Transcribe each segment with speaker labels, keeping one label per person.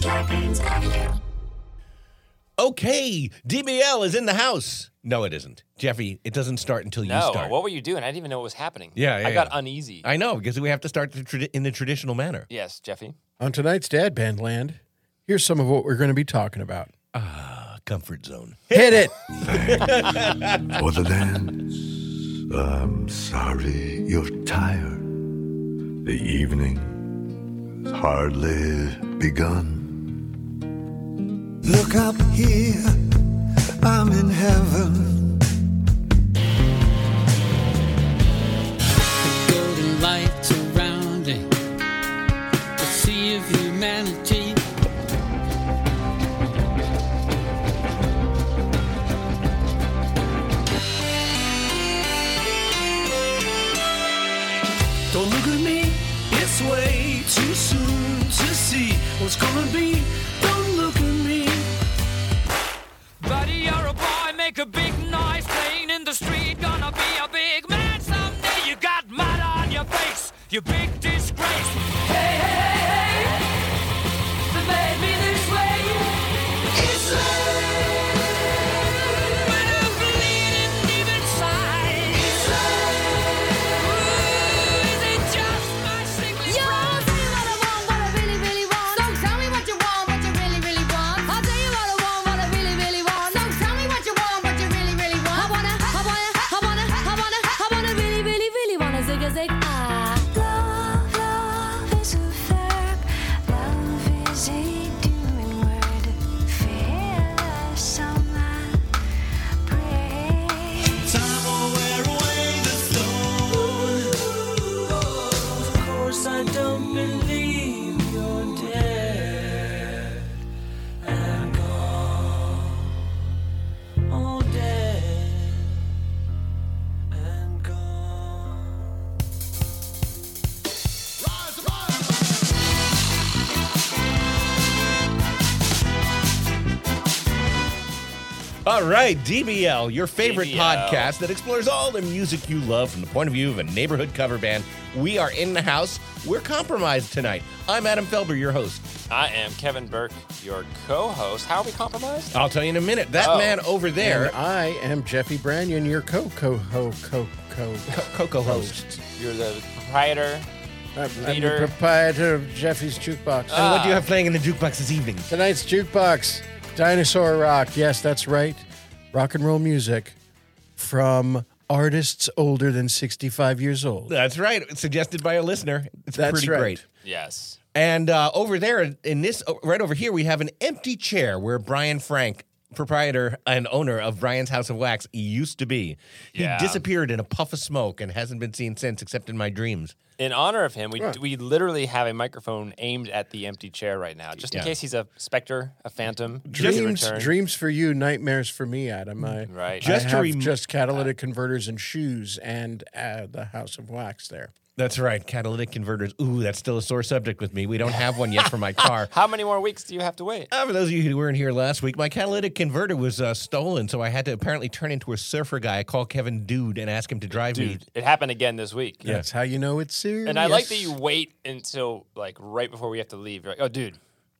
Speaker 1: Scarpins Avenue.
Speaker 2: Okay, DBL is in the house. No, it isn't. Jeffy, it doesn't start until you
Speaker 3: No,
Speaker 2: start.
Speaker 3: what were you doing? I didn't even know what was happening.
Speaker 2: Yeah, yeah,
Speaker 3: I got
Speaker 2: yeah.
Speaker 3: uneasy.
Speaker 2: I know, because we have to start the tradi- in the traditional manner.
Speaker 3: yes, Jeffy.
Speaker 4: On tonight's Dad Band Land, here's some of what we're going to be talking about.
Speaker 2: Ah, comfort zone.
Speaker 4: Hit it!
Speaker 5: for the dance. I'm sorry you're tired. The evening has hardly begun. Look up here, I'm in heaven.
Speaker 6: golden lights around it. The sea of humanity.
Speaker 7: Don't look at me, it's way too soon to see what's gonna be. Don't look at me.
Speaker 8: Buddy, you're a boy, make a big noise playing in the street. Gonna be a big man someday. You got mud on your face, you big disgrace. Hey, hey, hey, hey, they made me this way. It's love, but I'm bleeding deep inside. It's love. Ooh, is it just my sickly
Speaker 9: You
Speaker 8: pride?
Speaker 9: say what I want, what I really, really want. So tell me what you want, what you really, really want. I'll tell you what I want, what I really, really want. So tell me what you want, what you really, really want. I wanna, I wanna, I wanna, I wanna, I wanna really, really, really wanna zig a zig. Ah.
Speaker 1: Love, love is a verb. Love is a doing word. oh Feel the summer breeze.
Speaker 7: Time will wear away the thorn. Of course, I don't believe you're dead. I'm gone. All dead. And gone.
Speaker 2: All right, DBL, your favorite
Speaker 3: DBL.
Speaker 2: podcast that explores all the music you love from the point of view of a neighborhood cover band. We are in the house. We're compromised tonight. I'm Adam Felber, your host.
Speaker 3: I am Kevin Burke, your co-host. How are we compromised?
Speaker 2: I'll tell you in a minute. That
Speaker 3: Oh.
Speaker 2: man over there,
Speaker 4: And I am Jeffy Branyon, your co co ho co co.
Speaker 2: Coco host.
Speaker 3: You're the proprietor.
Speaker 4: I'm
Speaker 3: Leader. Ah.
Speaker 4: the proprietor of Jeffy's Jukebox.
Speaker 2: And what do you have playing in the jukebox this evening?
Speaker 4: Tonight's Jukebox, Dinosaur Rock. Yes, that's right. Rock and roll music from artists older than 65 years old.
Speaker 2: That's right. It's suggested by a listener. It's
Speaker 4: That's
Speaker 2: pretty
Speaker 4: right.
Speaker 2: great.
Speaker 3: Yes.
Speaker 2: And uh, over there, in this, right over here, we have an empty chair where Brian Frank, proprietor and owner of Brian's House of Wax, used to be. He
Speaker 3: Yeah.
Speaker 2: disappeared in a puff of smoke and hasn't been seen since, except in my dreams.
Speaker 3: In honor of him, we, we literally have a microphone aimed at the empty chair right now, just in
Speaker 2: Yeah.
Speaker 3: case he's a specter, a phantom. to
Speaker 4: Dreams,
Speaker 3: return.
Speaker 4: dreams for you, nightmares for me, Adam. I,
Speaker 3: Right. Uh,
Speaker 4: I
Speaker 2: Just to
Speaker 4: have
Speaker 2: rem-
Speaker 4: just catalytic converters and shoes and uh, the House of Wax there.
Speaker 2: That's right. Catalytic converters. Ooh, that's still a sore subject with me. We don't have one yet for my car.
Speaker 3: How many more weeks do you have to wait?
Speaker 2: Uh, for those of you who weren't here last week, my catalytic converter was uh, stolen, so I had to apparently turn into a surfer guy. I called Kevin Dude and asked him to drive me.
Speaker 3: Dude, it happened again this week.
Speaker 4: That's how you know it's serious.
Speaker 3: And I like that you wait until like right before we have to leave. You're like, oh, dude,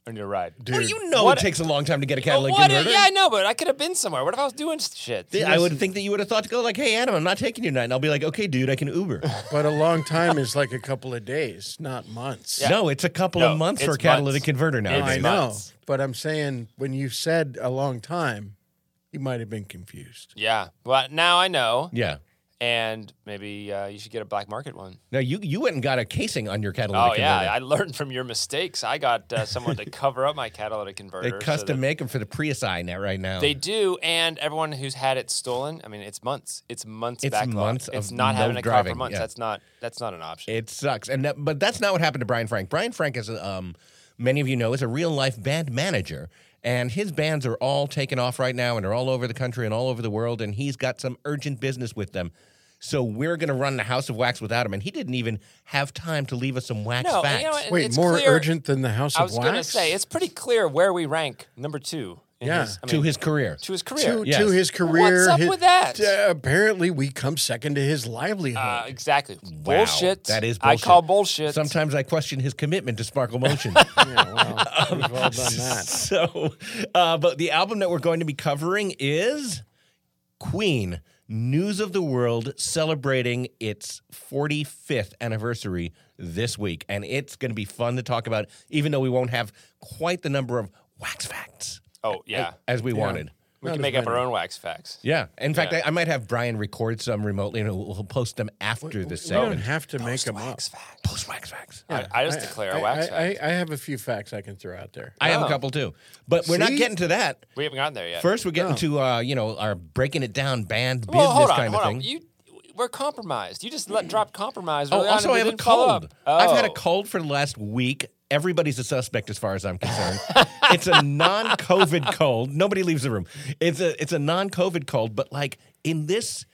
Speaker 3: I need a ride.
Speaker 2: Well, you know
Speaker 3: What-
Speaker 2: it takes a long time to get a
Speaker 3: Oh,
Speaker 2: catalytic
Speaker 3: what?
Speaker 2: converter.
Speaker 3: Yeah, I know, but I could have been somewhere. What if I was doing shit?
Speaker 2: Th- I would think that you would have thought to go like, "Hey, Adam, I'm not taking you tonight," and I'll be like, "Okay, dude, I can Uber."
Speaker 4: But a long time is like a couple of days, not months.
Speaker 2: No, it's a couple
Speaker 3: No,
Speaker 2: of months
Speaker 3: it's
Speaker 2: for a catalytic
Speaker 3: months.
Speaker 2: converter now.
Speaker 4: I
Speaker 3: it's
Speaker 4: know.
Speaker 3: months.
Speaker 4: But I'm saying when you said a long time, you might have been confused.
Speaker 3: Yeah. Well, now I know,
Speaker 2: Yeah.
Speaker 3: and maybe uh, you should get a black market one.
Speaker 2: No, you you went and got a casing on your catalytic
Speaker 3: Oh yeah,
Speaker 2: converter.
Speaker 3: I learned from your mistakes. I got uh, someone to cover up my catalytic converter.
Speaker 2: they
Speaker 3: so
Speaker 2: custom
Speaker 3: that-
Speaker 2: make them for the Prius I now right now.
Speaker 3: They do, and everyone who's had it stolen. I mean, it's months. It's months.
Speaker 2: It's
Speaker 3: backlog.
Speaker 2: months
Speaker 3: It's
Speaker 2: of
Speaker 3: not
Speaker 2: no
Speaker 3: having a car
Speaker 2: driving,
Speaker 3: for months.
Speaker 2: yeah.
Speaker 3: That's not. That's not an option.
Speaker 2: It sucks, and that, but that's not what happened to Brian Frank. Brian Frank is, um, many of you know, is a real life band manager, and his bands are all taken off right now, and are all over the country and all over the world, and he's got some urgent business with them. So we're gonna run the House of Wax without him, and he didn't even have time to leave us some wax
Speaker 3: no,
Speaker 2: facts.
Speaker 3: you know, what?
Speaker 4: Wait,
Speaker 3: it's
Speaker 4: more
Speaker 3: clear-
Speaker 4: urgent than the House
Speaker 3: I
Speaker 4: of
Speaker 3: was
Speaker 4: Wax?
Speaker 3: gonna say it's pretty clear where we rank number two in
Speaker 4: Yeah.
Speaker 3: his- I
Speaker 2: to
Speaker 3: mean,
Speaker 2: his career.
Speaker 3: to his career.
Speaker 4: to,
Speaker 2: Yes.
Speaker 4: to his career.
Speaker 3: up
Speaker 4: his-
Speaker 3: with that?
Speaker 4: Uh, apparently, we come second to his livelihood.
Speaker 3: Uh, exactly.
Speaker 2: Wow,
Speaker 3: Bullshit.
Speaker 2: That is
Speaker 3: I
Speaker 2: bullshit.
Speaker 3: call bullshit.
Speaker 2: Sometimes I question his commitment to Sparkle Motion.
Speaker 4: yeah, well, we've all done that.
Speaker 2: so, uh, but the album that we're going to be covering is Queen News of the World celebrating its 45th anniversary this week. And it's going to be fun to talk about, even though we won't have quite the number of wax facts
Speaker 3: Oh yeah.
Speaker 2: as we wanted.
Speaker 3: we can make up our own wax facts.
Speaker 2: Yeah. In fact,
Speaker 3: Yeah.
Speaker 2: I, I might have Brian record some remotely and we'll, we'll post them after this
Speaker 4: We don't
Speaker 2: segment.
Speaker 4: have to make them up.
Speaker 2: post wax facts.
Speaker 3: I, I just declare a wax
Speaker 4: I,
Speaker 3: fact.
Speaker 4: I, I have a few facts I can throw out there.
Speaker 2: I have a couple too. But we're not
Speaker 4: See?
Speaker 2: getting to that.
Speaker 3: we haven't gotten there yet.
Speaker 2: First, we're getting to uh, you know our breaking it down band business
Speaker 3: well, hold on,
Speaker 2: kind
Speaker 3: hold
Speaker 2: of
Speaker 3: on.
Speaker 2: thing.
Speaker 3: You, we're compromised. You just let drop compromise.
Speaker 2: oh,
Speaker 3: early on
Speaker 2: also, I
Speaker 3: and we
Speaker 2: have a
Speaker 3: didn't follow
Speaker 2: cold.
Speaker 3: up.
Speaker 2: I've had a
Speaker 3: Oh.
Speaker 2: cold for the last week. Everybody's a suspect as far as I'm concerned. it's a non-COVID cold. Nobody leaves the room. It's a it's a non-COVID cold, but like in this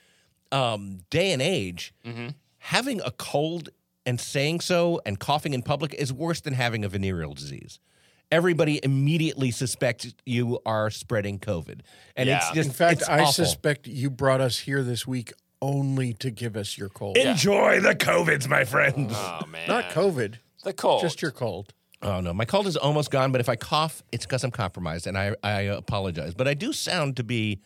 Speaker 2: um, day and age,
Speaker 3: Mm-hmm.
Speaker 2: having a cold and saying so and coughing in public is worse than having a venereal disease. Everybody immediately suspects you are spreading COVID, and it's
Speaker 3: Yeah.
Speaker 2: just
Speaker 4: In fact,
Speaker 2: it's
Speaker 4: I
Speaker 2: awful.
Speaker 4: suspect you brought us here this week only to give us your cold.
Speaker 2: Enjoy the COVIDs, my friends.
Speaker 3: Oh man,
Speaker 4: Not COVID,
Speaker 3: The cold.
Speaker 4: just your cold.
Speaker 2: Oh no, my cold is almost gone, but if I cough, it's because I'm compromised, and I, I apologize. But I do sound to be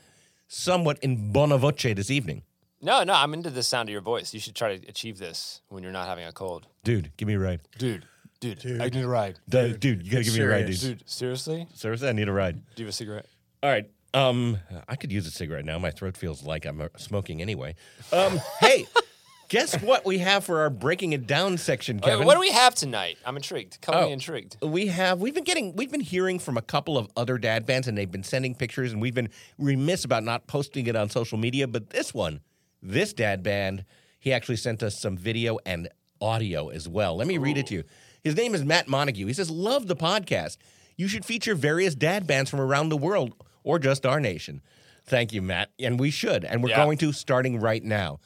Speaker 2: somewhat in bona voce this evening.
Speaker 3: No, no. I'm into the sound of your voice. You should try to achieve this when you're not having a cold.
Speaker 2: Dude, give me a ride.
Speaker 3: Dude, dude, I need a ride.
Speaker 2: Du- Dude, you gotta give me a ride, dude.
Speaker 4: serious.
Speaker 3: Dude, seriously?
Speaker 2: Seriously, I need a ride.
Speaker 3: Do you have a cigarette?
Speaker 2: All right. Um, I could use a cigarette now. My throat feels like I'm uh, smoking anyway. Um, hey, guess what we have for our breaking it down section,
Speaker 3: Wait,
Speaker 2: Kevin?
Speaker 3: what do we have tonight? I'm intrigued. Come
Speaker 2: Oh.
Speaker 3: me intrigued.
Speaker 2: we have we've been getting we've been hearing from a couple of other dad bands and they've been sending pictures and we've been remiss about not posting it on social media but this one this dad band he actually sent us some video and audio as well let me read it to you his name is matt montague he says love the podcast you should feature various dad bands from around the world or just our nation thank you matt and we should and we're
Speaker 3: Yeah.
Speaker 2: going to starting right now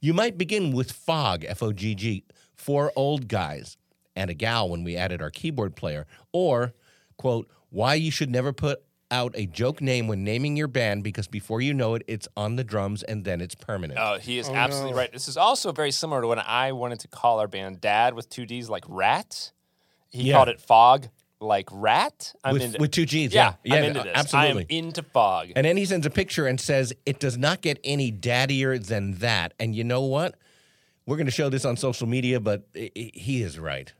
Speaker 2: you might begin with Fog, F O G G, four old guys and a gal when we added our keyboard player, or, quote, why you should never put out a joke name when naming your band because before you know it, it's on the drums and then it's permanent.
Speaker 3: Oh, he is absolutely right. This is also very similar to when I wanted to call our band Dad with two D's like Rat. He
Speaker 2: Yeah.
Speaker 3: called it Fog like Rat. I'm
Speaker 2: with,
Speaker 3: into
Speaker 2: with two G's.
Speaker 3: Yeah,
Speaker 2: Yeah.
Speaker 3: I'm into this.
Speaker 2: Absolutely.
Speaker 3: I am into Fog.
Speaker 2: and then he sends a picture and says, it does not get any daddier than that. And you know what? We're going to show this on social media, but i- i- he is right.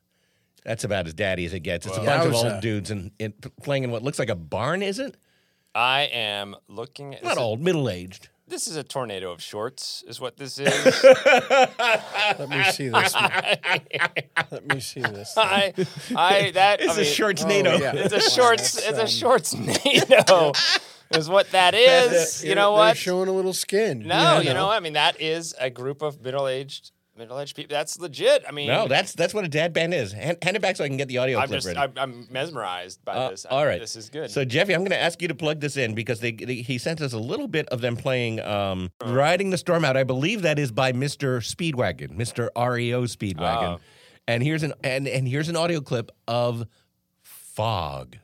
Speaker 2: That's about as daddy as it gets. It's a bunch of
Speaker 4: Yowza.
Speaker 2: old dudes and, and playing in what looks like a barn, is it?
Speaker 3: I am looking at
Speaker 2: Not
Speaker 3: this,
Speaker 2: old, middle aged.
Speaker 3: this is a tornado of shorts, is what this is.
Speaker 4: Let me see this. one. Let me see this. thing.
Speaker 3: I, I that
Speaker 2: It's
Speaker 3: I mean,
Speaker 2: a shorts
Speaker 4: Oh,
Speaker 2: NATO.
Speaker 4: yeah.
Speaker 3: It's a
Speaker 4: Wow,
Speaker 3: shorts.
Speaker 4: that's,
Speaker 3: It's a
Speaker 4: um,
Speaker 3: shorts NATO. is what that is.
Speaker 4: They're-
Speaker 3: you know
Speaker 4: They're
Speaker 3: what?
Speaker 4: showing a little skin.
Speaker 3: No, you know, I mean that is a group of middle-aged middle-aged people. That's legit. I mean,
Speaker 2: No, that's that's what a dad band is. Hand, hand it back so I can get the audio
Speaker 3: I'm
Speaker 2: clip
Speaker 3: just
Speaker 2: ready.
Speaker 3: I'm, I'm mesmerized by
Speaker 2: Uh,
Speaker 3: this. I-
Speaker 2: all right,
Speaker 3: this is good.
Speaker 2: So Jeffy, I'm going to ask you to plug this in because they, they he sent us a little bit of them playing um,
Speaker 3: Uh-huh.
Speaker 2: "Riding the Storm Out." I believe that is by Mr. Speedwagon, Mr. REO Speedwagon.
Speaker 3: Uh.
Speaker 2: and here's an and, and here's an audio clip of Fog.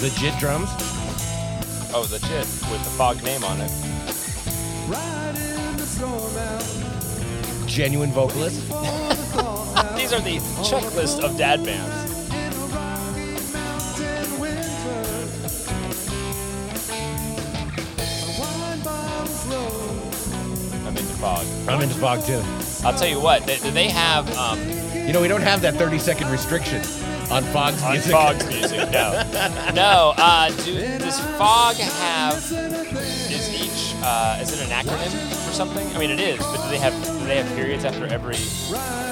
Speaker 2: Legit drums.
Speaker 3: oh, legit with the fog name on it.
Speaker 2: genuine vocalist.
Speaker 3: These are the checklist of dad bands. I'm into fog.
Speaker 2: I'm into Fog too.
Speaker 3: I'll tell you what, they, they have um,
Speaker 2: You know, we don't have that 30 second restriction on Fog's
Speaker 3: on
Speaker 2: music.
Speaker 3: Fog's music. No, no. Uh, do, does Fog have? Is each uh, is it an acronym for something? I mean, it is. But do they have do they have periods after every?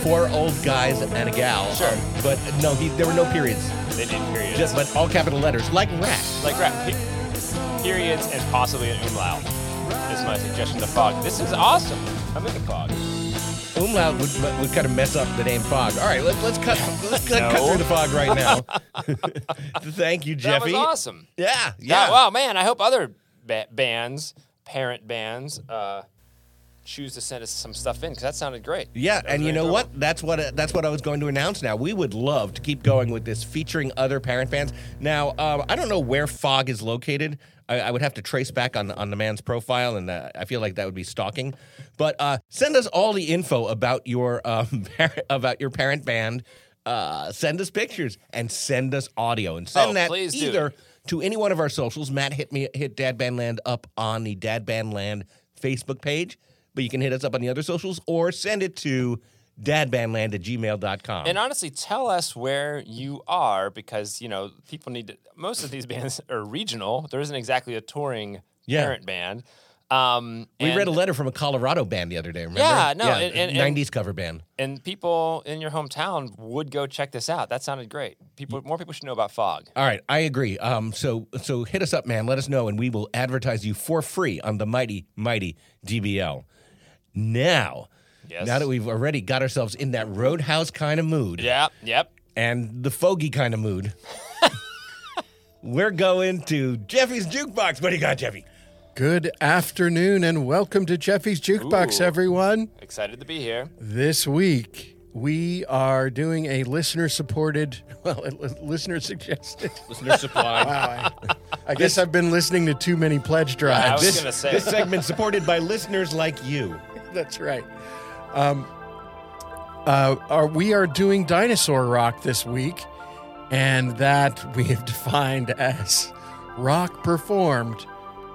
Speaker 2: Four old guys and a gal.
Speaker 3: Sure.
Speaker 2: But no, he, there were no periods.
Speaker 3: They did periods.
Speaker 2: Just but all capital letters, like rat.
Speaker 3: like rap. Pe- periods and possibly an umlaut is my suggestion to Fog. This is awesome. I'm into Fog.
Speaker 2: Umlaut would, would kind of mess up the name Fog. All right, let, let's cut let's cut, cut
Speaker 3: No.
Speaker 2: through the fog right now. Thank you,
Speaker 3: That
Speaker 2: Jeffy.
Speaker 3: was awesome.
Speaker 2: Yeah, yeah.
Speaker 3: Yeah. Wow, man. I hope other ba- bands, parent bands, uh, choose to send us some stuff in because that sounded great.
Speaker 2: Yeah,
Speaker 3: That
Speaker 2: and
Speaker 3: was
Speaker 2: you
Speaker 3: really
Speaker 2: know
Speaker 3: enjoyable.
Speaker 2: what? That's what uh, that's what I was going to announce. Now we would love to keep going with this, featuring other parent bands. Now um, I don't know where Fog is located. I, I would have to trace back on on the man's profile, and uh, I feel like that would be stalking. But uh, send us all the info about your um, parent, about your parent band. Uh, send us pictures and send us audio and send
Speaker 3: Oh,
Speaker 2: that
Speaker 3: please do.
Speaker 2: either to any one of our socials. Matt hit me hit Dad Band Land up on the Dad Band Land Facebook page, but you can hit us up on the other socials or send it to dadbandland at gmail.com.
Speaker 3: And honestly, tell us where you are because you know people need to. Most of these bands are regional. There isn't exactly a touring
Speaker 2: Yeah.
Speaker 3: parent band. Um,
Speaker 2: we
Speaker 3: and,
Speaker 2: read a letter from a Colorado band the other day, remember?
Speaker 3: Yeah, no, and- and- and-
Speaker 2: 90s cover band.
Speaker 3: and people in your hometown would go check this out. That sounded great. People, more people should know about Fog.
Speaker 2: All right, I agree. Um, so so hit us up, man. Let us know, and we will advertise you for free on the mighty, mighty DBL. Now,
Speaker 3: Yes.
Speaker 2: now that we've already got ourselves in that roadhouse kind of mood,
Speaker 3: Yep, yep.
Speaker 2: and the fogey kind of mood, we're going to Jeffy's jukebox. What do you got, Jeffy?
Speaker 4: Good afternoon and welcome to Jeffy's Jukebox,
Speaker 3: Ooh.
Speaker 4: everyone.
Speaker 3: Excited to be here.
Speaker 4: This week, we are doing a listener supported, well, a li- listener suggested.
Speaker 2: Listener supply.
Speaker 4: Wow, I, I guess I've been listening to too many pledge drives.
Speaker 3: I was gonna say.
Speaker 2: this segment supported by listeners like you.
Speaker 4: That's right. Um, uh, are, we are doing dinosaur rock this week, and that we have defined as rock performed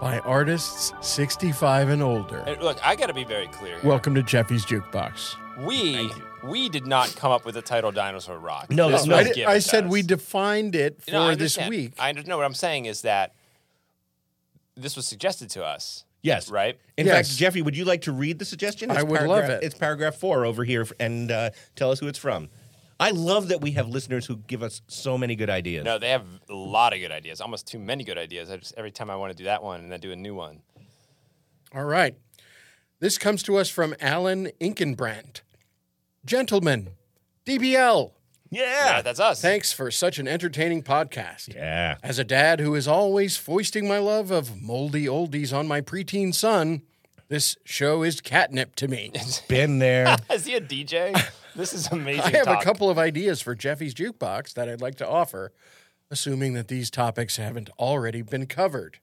Speaker 4: by artists 65 and older.
Speaker 3: And look, I got to be very clear. here.
Speaker 4: Welcome to Jeffy's Jukebox.
Speaker 3: we we did not come up with the title Dinosaur Rock.
Speaker 2: No,
Speaker 3: This
Speaker 2: no,
Speaker 3: was
Speaker 4: I,
Speaker 3: given
Speaker 4: I
Speaker 3: to
Speaker 4: said
Speaker 3: us.
Speaker 4: we defined it for
Speaker 3: You know, I
Speaker 4: this
Speaker 3: understand.
Speaker 4: week.
Speaker 3: I know what I'm saying is that this was suggested to us,
Speaker 2: Yes.
Speaker 3: right?
Speaker 2: In
Speaker 4: Yes.
Speaker 2: fact, Jeffy, would you like to read the suggestion?
Speaker 4: I would
Speaker 2: paragraph-
Speaker 4: love it.
Speaker 2: It's paragraph four over here, and uh, tell us who it's from. I love that we have listeners who give us so many good ideas.
Speaker 3: No, they have a lot of good ideas, almost too many good ideas. I just every time I want to do that one and then do a new one.
Speaker 4: All right. This comes to us from Alan Inkenbrandt. Gentlemen, DBL,
Speaker 3: Yeah,
Speaker 2: Yeah.
Speaker 3: that's us.
Speaker 4: thanks for such an entertaining podcast.
Speaker 2: Yeah.
Speaker 4: As a dad who is always foisting my love of moldy oldies on my preteen son, this show is catnip to me.
Speaker 2: Been there.
Speaker 3: is he a DJ? this is amazing.
Speaker 4: I have
Speaker 3: talk.
Speaker 4: a couple of ideas for Jeffy's jukebox that I'd like to offer, assuming that these topics haven't already been covered.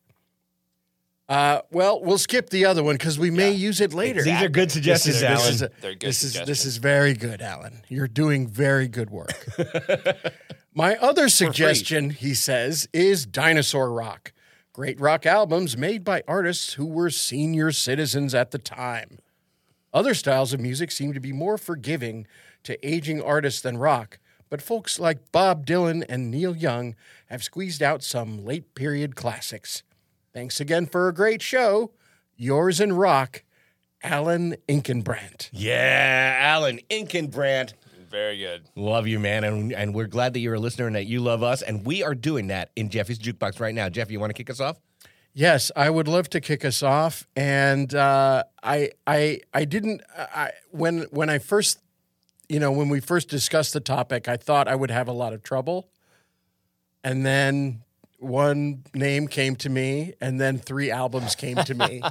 Speaker 4: Uh, well, we'll skip the other one because we may use it later.
Speaker 2: These are good suggestions,
Speaker 4: This
Speaker 2: Alan.
Speaker 4: is a-
Speaker 3: They're good
Speaker 4: this is this
Speaker 3: suggestions.
Speaker 4: is very good, Alan. You're doing very good work. My other suggestion, he says, is dinosaur rock. Great rock albums made by artists who were senior citizens at the time. Other styles of music seem to be more forgiving to aging artists than rock, but folks like Bob Dylan and Neil Young have squeezed out some late period classics. Thanks again for a great show. Yours in rock, Alan Inkenbrandt.
Speaker 2: yeah, Alan Inkenbrandt.
Speaker 3: Very good.
Speaker 2: Love you, man. And, and we're glad that you're a listener and that you love us. And we are doing that in Jeffy's Jukebox right now. Jeff, you want to kick us off?
Speaker 4: Yes, I would love to kick us off, and uh, I, I, I didn't. I when when I first, you know, when we first discussed the topic, I thought I would have a lot of trouble, and then one name came to me, and then three albums came to me,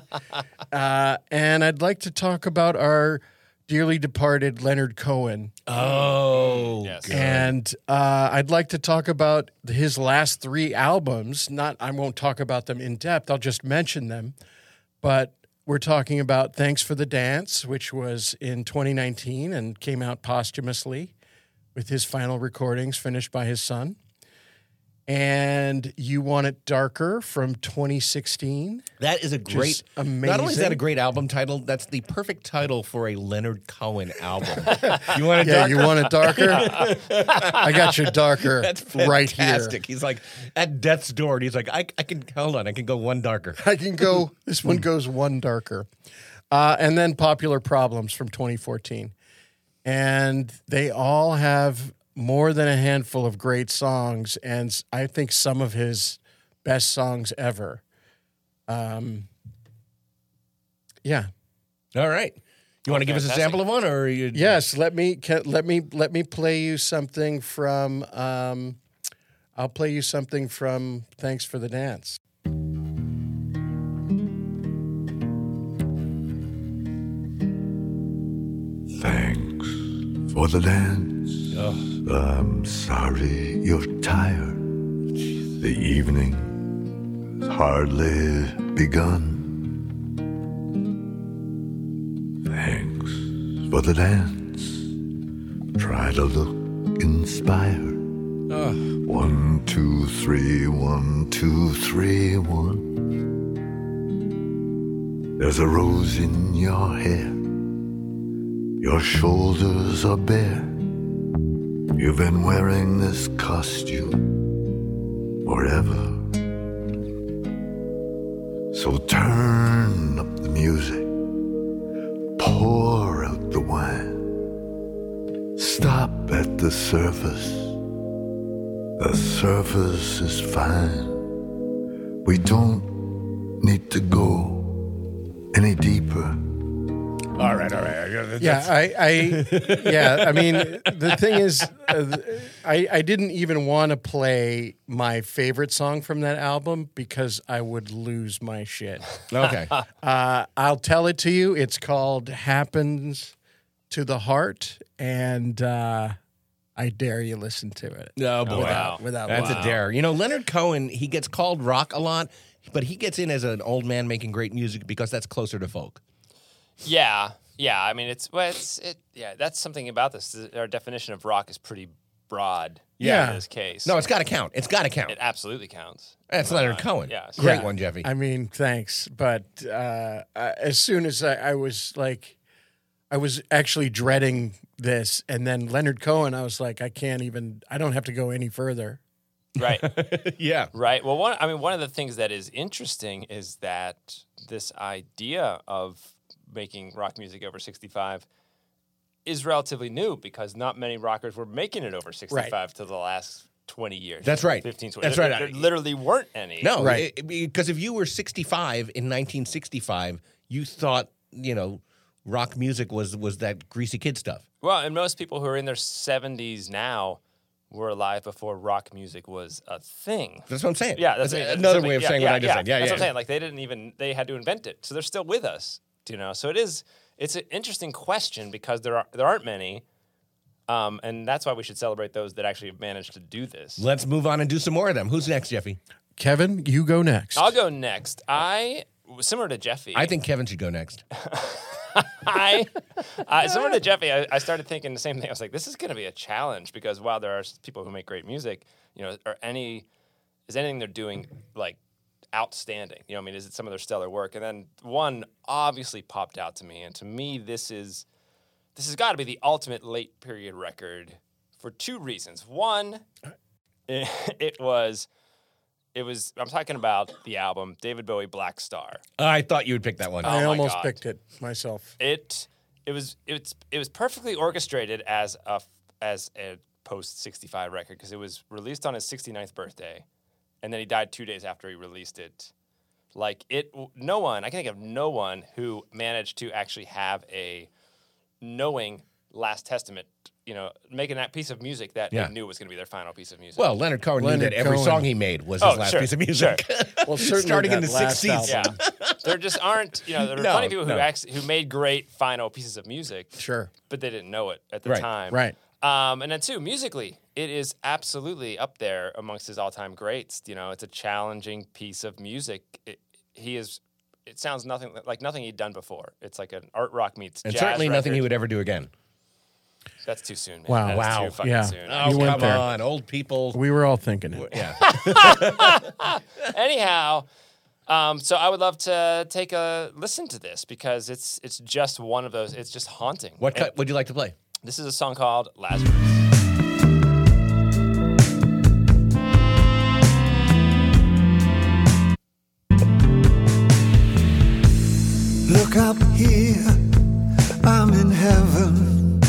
Speaker 4: uh, and I'd like to talk about our dearly departed Leonard Cohen,
Speaker 2: Oh.
Speaker 3: Yes.
Speaker 4: and uh, I'd like to talk about his last three albums. Not, I won't talk about them in depth. I'll just mention them. But we're talking about "Thanks for the Dance," which was in 2019 and came out posthumously, with his final recordings finished by his son. And "You Want It Darker" from 2016.
Speaker 2: That is a great,
Speaker 4: Just
Speaker 2: Not only is that
Speaker 4: amazing.
Speaker 2: a great album title, that's the perfect title for a Leonard Cohen album. you want to
Speaker 4: Yeah, you want it darker? I got you darker
Speaker 2: That's
Speaker 4: right
Speaker 2: fantastic.
Speaker 4: here.
Speaker 2: He's like at death's door, and he's like, I, I can hold on, I can go one darker.
Speaker 4: I can go. This one goes one darker. Uh, and then Popular Problems from 2014. And they all have more than a handful of great songs. And s- I think some of his best songs ever. Um, yeah.
Speaker 2: All right, you want to give us a
Speaker 3: fantastic.
Speaker 2: sample of one, or you,
Speaker 4: Yes. Let me, ca let me, let me play you something from, um, I'll play you something from Thanks for the Dance.
Speaker 1: Thanks
Speaker 5: for the dance. I'm sorry you're tired. The evening has hardly begun. Thanks for the dance. Try to look inspired. One, two, three, one, two, three, one. There's a rose in your hair. Your shoulders are bare. You've been wearing this costume forever. So turn up the music, pour out the wine, stop at the surface. The surface is fine. We don't need to go any deeper.
Speaker 2: All right, all right. all right.
Speaker 4: Yeah, I, I, yeah. I mean, the thing is, uh, I, I didn't even want to play my favorite song from that album because I would lose my shit.
Speaker 2: Okay.
Speaker 4: Uh, I'll tell it to you. It's called "Happens to the Heart," and uh, I dare you listen to it.
Speaker 2: No boy.
Speaker 3: Wow.
Speaker 4: Oh, Without
Speaker 2: That's
Speaker 4: wow.
Speaker 2: a dare. You know, Leonard Cohen, he gets called rock a lot, but he gets in as an old man making great music because that's closer to folk.
Speaker 3: Yeah, yeah. I mean, it's well, it's it. Yeah, that's something about this. Our definition of rock is pretty broad.
Speaker 4: Yeah.
Speaker 3: in this case,
Speaker 2: No, it's got to count. It's got to count.
Speaker 3: it absolutely counts. Uh,
Speaker 2: That's Leonard Cohen.
Speaker 3: yeah, so-
Speaker 2: Great
Speaker 4: Yeah.
Speaker 2: one, Jeffy.
Speaker 4: I mean, thanks, but uh, I- as soon as I, I was like, I was actually dreading this, and then Leonard Cohen, I was like, I can't even. I don't have to go any further.
Speaker 3: Right,
Speaker 2: yeah.
Speaker 3: right. Well, one. I mean, one of the things that is interesting is that this idea of making rock music over sixty-five is relatively new because not many rockers were making it over sixty-five to the last twenty years.
Speaker 2: That's right.
Speaker 3: 15, 20.
Speaker 2: That's
Speaker 3: There-
Speaker 2: right.
Speaker 3: There literally weren't any.
Speaker 2: No,
Speaker 4: Right.
Speaker 2: right. Because if you were 65 in 1965, you thought, you know, rock music was was that greasy kid stuff.
Speaker 3: Well, and most people who are in their 70s now were alive before rock music was a thing.
Speaker 2: That's what I'm saying.
Speaker 3: Yeah, that's,
Speaker 2: a-
Speaker 3: that's
Speaker 2: another
Speaker 3: something-
Speaker 2: way of
Speaker 3: yeah,
Speaker 2: saying
Speaker 3: yeah,
Speaker 2: what I just said. Yeah,
Speaker 3: that's
Speaker 2: yeah.
Speaker 3: what I'm saying. Like they didn't even they had to invent it, so they're still with us. You know, so it is. It's an interesting question because there are there aren't many, um, and that's why we should celebrate those that actually have managed to do this.
Speaker 2: Let's move on and do some more of them. Who's next, Jeffy?
Speaker 4: Kevin, you go next.
Speaker 3: I'll go next. I similar to Jeffy.
Speaker 2: I think Kevin should go next.
Speaker 3: I, I similar to Jeffy, I, I started thinking the same thing. I was like, this is going to be a challenge because while there are s- people who make great music, you know, are any is anything they're doing like outstanding? You know, I mean, is it some of their stellar work? And then one obviously popped out to me, and to me, this is this has got to be the ultimate late period record for two reasons. One, it, it was. It was. I'm talking about the album David Bowie Black Star.
Speaker 2: I thought you would pick that one.
Speaker 4: I
Speaker 3: Oh my
Speaker 4: almost
Speaker 3: God.
Speaker 4: picked it myself.
Speaker 3: it it was it's it was perfectly orchestrated as a f- as a post 65 record because it was released on his 69th birthday and then he died 2 days after he released it like it no one i can think of no one who managed to actually have a knowing last testament you know making that piece of music that
Speaker 2: Yeah.
Speaker 3: they knew was going to be their final piece of music
Speaker 2: Well, Leonard Cohen knew
Speaker 4: Leonard
Speaker 2: that every
Speaker 4: Cohen.
Speaker 2: song he made was
Speaker 3: Oh,
Speaker 2: his last
Speaker 3: sure,
Speaker 2: piece of music.
Speaker 4: Well, certainly
Speaker 2: starting in
Speaker 4: that
Speaker 2: the
Speaker 4: last
Speaker 2: 60s.
Speaker 4: album.
Speaker 3: yeah there just aren't you know there are
Speaker 2: No,
Speaker 3: plenty of people
Speaker 2: no.
Speaker 3: who actually who made great final pieces of music
Speaker 4: Sure.
Speaker 3: but they didn't know it at the
Speaker 2: Right,
Speaker 3: time.
Speaker 4: right.
Speaker 3: Um, and then too, musically, it is absolutely up there amongst his all-time greats. You know, it's a challenging piece of music. It, he is. It sounds nothing like nothing he'd done before. It's like an art rock meets
Speaker 2: and
Speaker 3: jazz
Speaker 2: certainly nothing
Speaker 3: record.
Speaker 2: he would ever do again.
Speaker 3: That's too soon. Man.
Speaker 4: Wow,
Speaker 3: That's
Speaker 4: wow,
Speaker 3: Too fucking
Speaker 4: yeah.
Speaker 3: Soon.
Speaker 2: Oh,
Speaker 4: You went
Speaker 2: come
Speaker 4: there.
Speaker 2: on. Old people.
Speaker 4: We were all thinking it.
Speaker 2: Yeah.
Speaker 3: Anyhow, um, so I would love to take a listen to this because it's it's just one of those. It's just haunting.
Speaker 2: What
Speaker 3: And
Speaker 2: cut would you like to play?
Speaker 3: This is a song called Lazarus.
Speaker 5: Look up here, I'm in heaven.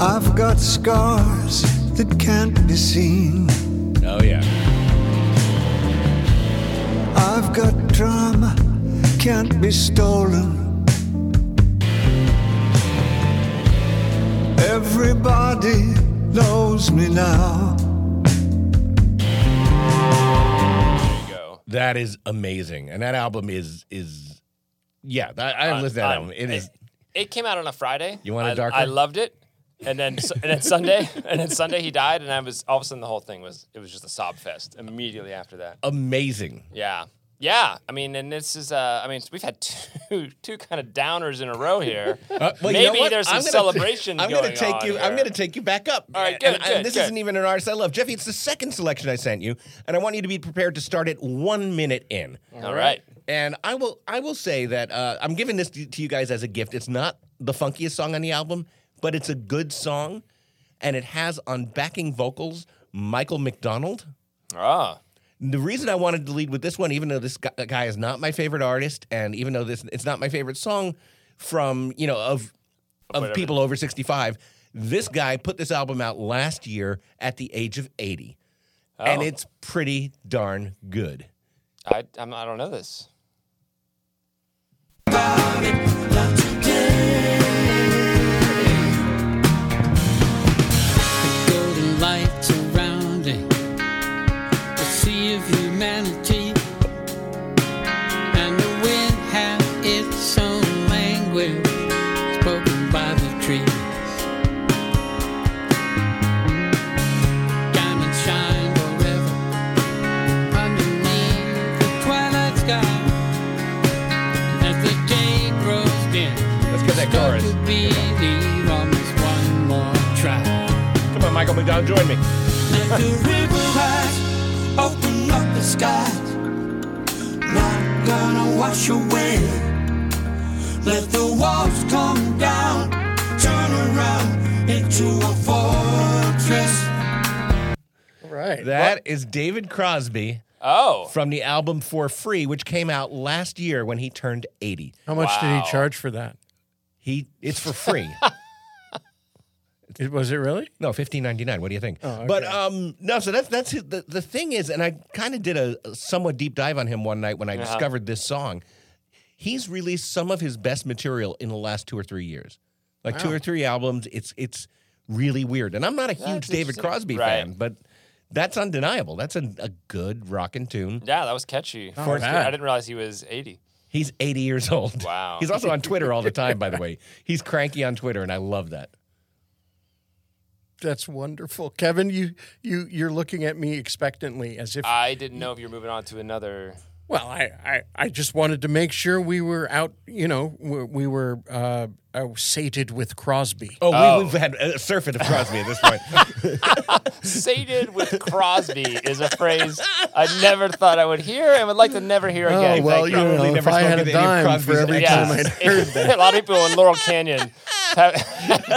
Speaker 5: I've got scars that can't be seen.
Speaker 2: Oh, yeah.
Speaker 5: I've got drama, can't be stolen. Everybody knows me now.
Speaker 3: There you go.
Speaker 2: That is amazing, and that album is is yeah. That, I have listened to that
Speaker 3: I'm-
Speaker 2: album. It is
Speaker 3: It came out on a Friday.
Speaker 2: You wanted
Speaker 3: I,
Speaker 2: darker?
Speaker 3: I loved it, and then s- and then Sunday and then Sunday he died, and I was all of a sudden the whole thing was it was just a sob fest immediately after that.
Speaker 2: Amazing.
Speaker 3: Yeah, yeah. I mean, and this is uh, I mean we've had two two kind of downers in a row here.
Speaker 2: Uh, well, you know
Speaker 3: Maybe
Speaker 2: what?
Speaker 3: there's some
Speaker 2: I'm gonna-
Speaker 3: celebration
Speaker 2: I'm
Speaker 3: going
Speaker 2: gonna take
Speaker 3: on
Speaker 2: you. I'm
Speaker 3: here.
Speaker 2: going to take you back up.
Speaker 3: All right,
Speaker 2: And-
Speaker 3: good,
Speaker 2: and, and
Speaker 3: good,
Speaker 2: this
Speaker 3: good.
Speaker 2: isn't even an artist I love, Jeffy. It's the second selection I sent you, and I want you to be prepared to start at one minute in.
Speaker 3: All right.
Speaker 2: And I will. I will say that uh, I'm giving this to, to you guys as a gift. It's not the funkiest song on the album, but it's a good song, and it has on backing vocals Michael McDonald.
Speaker 3: Ah,
Speaker 2: The reason I wanted to lead with this one, even though this gu- guy is not my favorite artist, and even though this it's not my favorite song from you know of of
Speaker 3: Whatever.
Speaker 2: people over sixty five, this guy put this album out last year at the age of eighty, and
Speaker 3: Oh.
Speaker 2: it's pretty darn good.
Speaker 3: I I'm, I don't know this.
Speaker 6: The golden lights around it, the sea of humanity, and the wind has its own language spoken by the trees. Diamonds shine forever underneath the twilight sky as the day grows dim.
Speaker 2: Let's get that chorus.
Speaker 6: To believe almost one more try.
Speaker 2: Come on, Michael McDonald, join me.
Speaker 7: Let the river rise, open up the skies. Not gonna wash away. Let the walls come down, turn around into a fortress.
Speaker 4: All right.
Speaker 2: That is David Crosby
Speaker 3: Oh,
Speaker 2: from the album For Free, which came out last year when he turned eighty.
Speaker 4: How much did
Speaker 3: Wow.
Speaker 4: he charge for that?
Speaker 2: He it's for free.
Speaker 4: It, was it really?
Speaker 2: No, fifteen ninety nine. What do you think?
Speaker 3: Oh,
Speaker 4: okay.
Speaker 2: But um, no. So that's that's his, the the thing is, and I kind of did a, a somewhat deep dive on him one night
Speaker 3: Uh-huh.
Speaker 2: when I discovered this song. He's released some of his best material in the last two or three years, like two or three albums. It's it's really weird, and I'm not a huge David
Speaker 3: interesting.
Speaker 2: Crosby
Speaker 3: Right.
Speaker 2: fan, but that's undeniable. That's a, a good rockin' tune.
Speaker 3: yeah, that was catchy.
Speaker 2: Oh,
Speaker 4: Not bad.
Speaker 3: I didn't realize he was 80.
Speaker 2: He's 80 years old.
Speaker 3: Wow.
Speaker 2: He's also on Twitter all the time, by the way. He's cranky on Twitter, and I love that.
Speaker 4: That's wonderful, Kevin. You you you're looking at me expectantly as if.
Speaker 3: I didn't know if you were moving on to another.
Speaker 4: well, I, I I just wanted to make sure we were out. You know, we, we were uh, uh, sated with Crosby.
Speaker 2: Oh, We, we've had a surfeit of Crosby at this point.
Speaker 3: Sated with Crosby is a phrase I never thought I would hear and would like to never hear
Speaker 2: Oh,
Speaker 4: Oh,
Speaker 3: again. Thank you.
Speaker 2: probably never spoke with any of Crosby's
Speaker 3: Yeah. a lot of people in Laurel Canyon have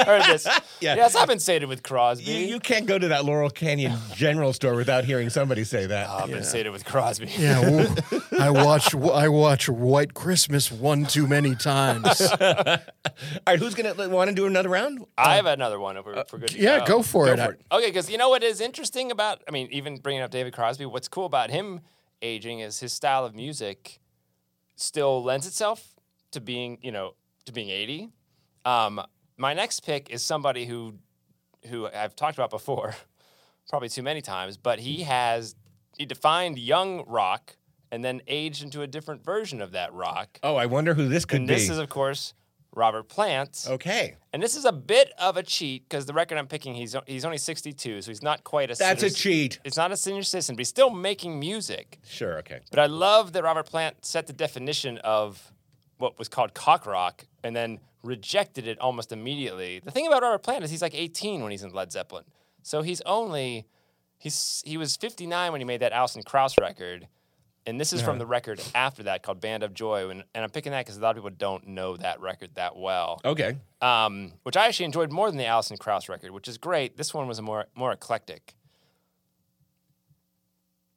Speaker 3: heard this.
Speaker 2: Yeah.
Speaker 3: Yes, I've been sated with Crosby.
Speaker 2: You, you can't go to that Laurel Canyon general store without hearing somebody say that.
Speaker 3: I've been sated with Crosby.
Speaker 4: Yeah, well, I watch I watch White Christmas one too many times.
Speaker 2: All right, who's gonna want to do another round?
Speaker 3: I have another one if we're, if we're good. to
Speaker 4: Yeah, go for it.
Speaker 3: Okay, because you know what is interesting about, I mean, even bringing up David Crosby, what's cool about him aging is his style of music still lends itself to being, you know, to being 80. Um, my next pick is somebody who, who I've talked about before, probably too many times, but he has, he defined young rock and then aged into a different version of that rock.
Speaker 2: Oh, I wonder who this could
Speaker 3: and
Speaker 2: be.
Speaker 3: this is, of course, Robert Plant.
Speaker 2: okay,
Speaker 3: And this is a bit of a cheat because the record I'm picking, he's he's only 62, so he's not quite a.
Speaker 2: that's a
Speaker 3: senior-
Speaker 2: cheat.
Speaker 3: It's not a senior citizen, but he's still making music.
Speaker 2: Sure. Okay.
Speaker 3: But I love that Robert Plant set the definition of what was called cock rock and then rejected it almost immediately. The thing about Robert Plant is he's like 18 when he's in Led Zeppelin, so he's only he's he was 59 when he made that Alison Krauss record. And this is from the record after that called Band of Joy. And, and I'm picking that because a lot of people don't know that record that well
Speaker 2: Okay.
Speaker 3: um, which I actually enjoyed more than the Alison Krauss record, which is great. This one was a more more eclectic.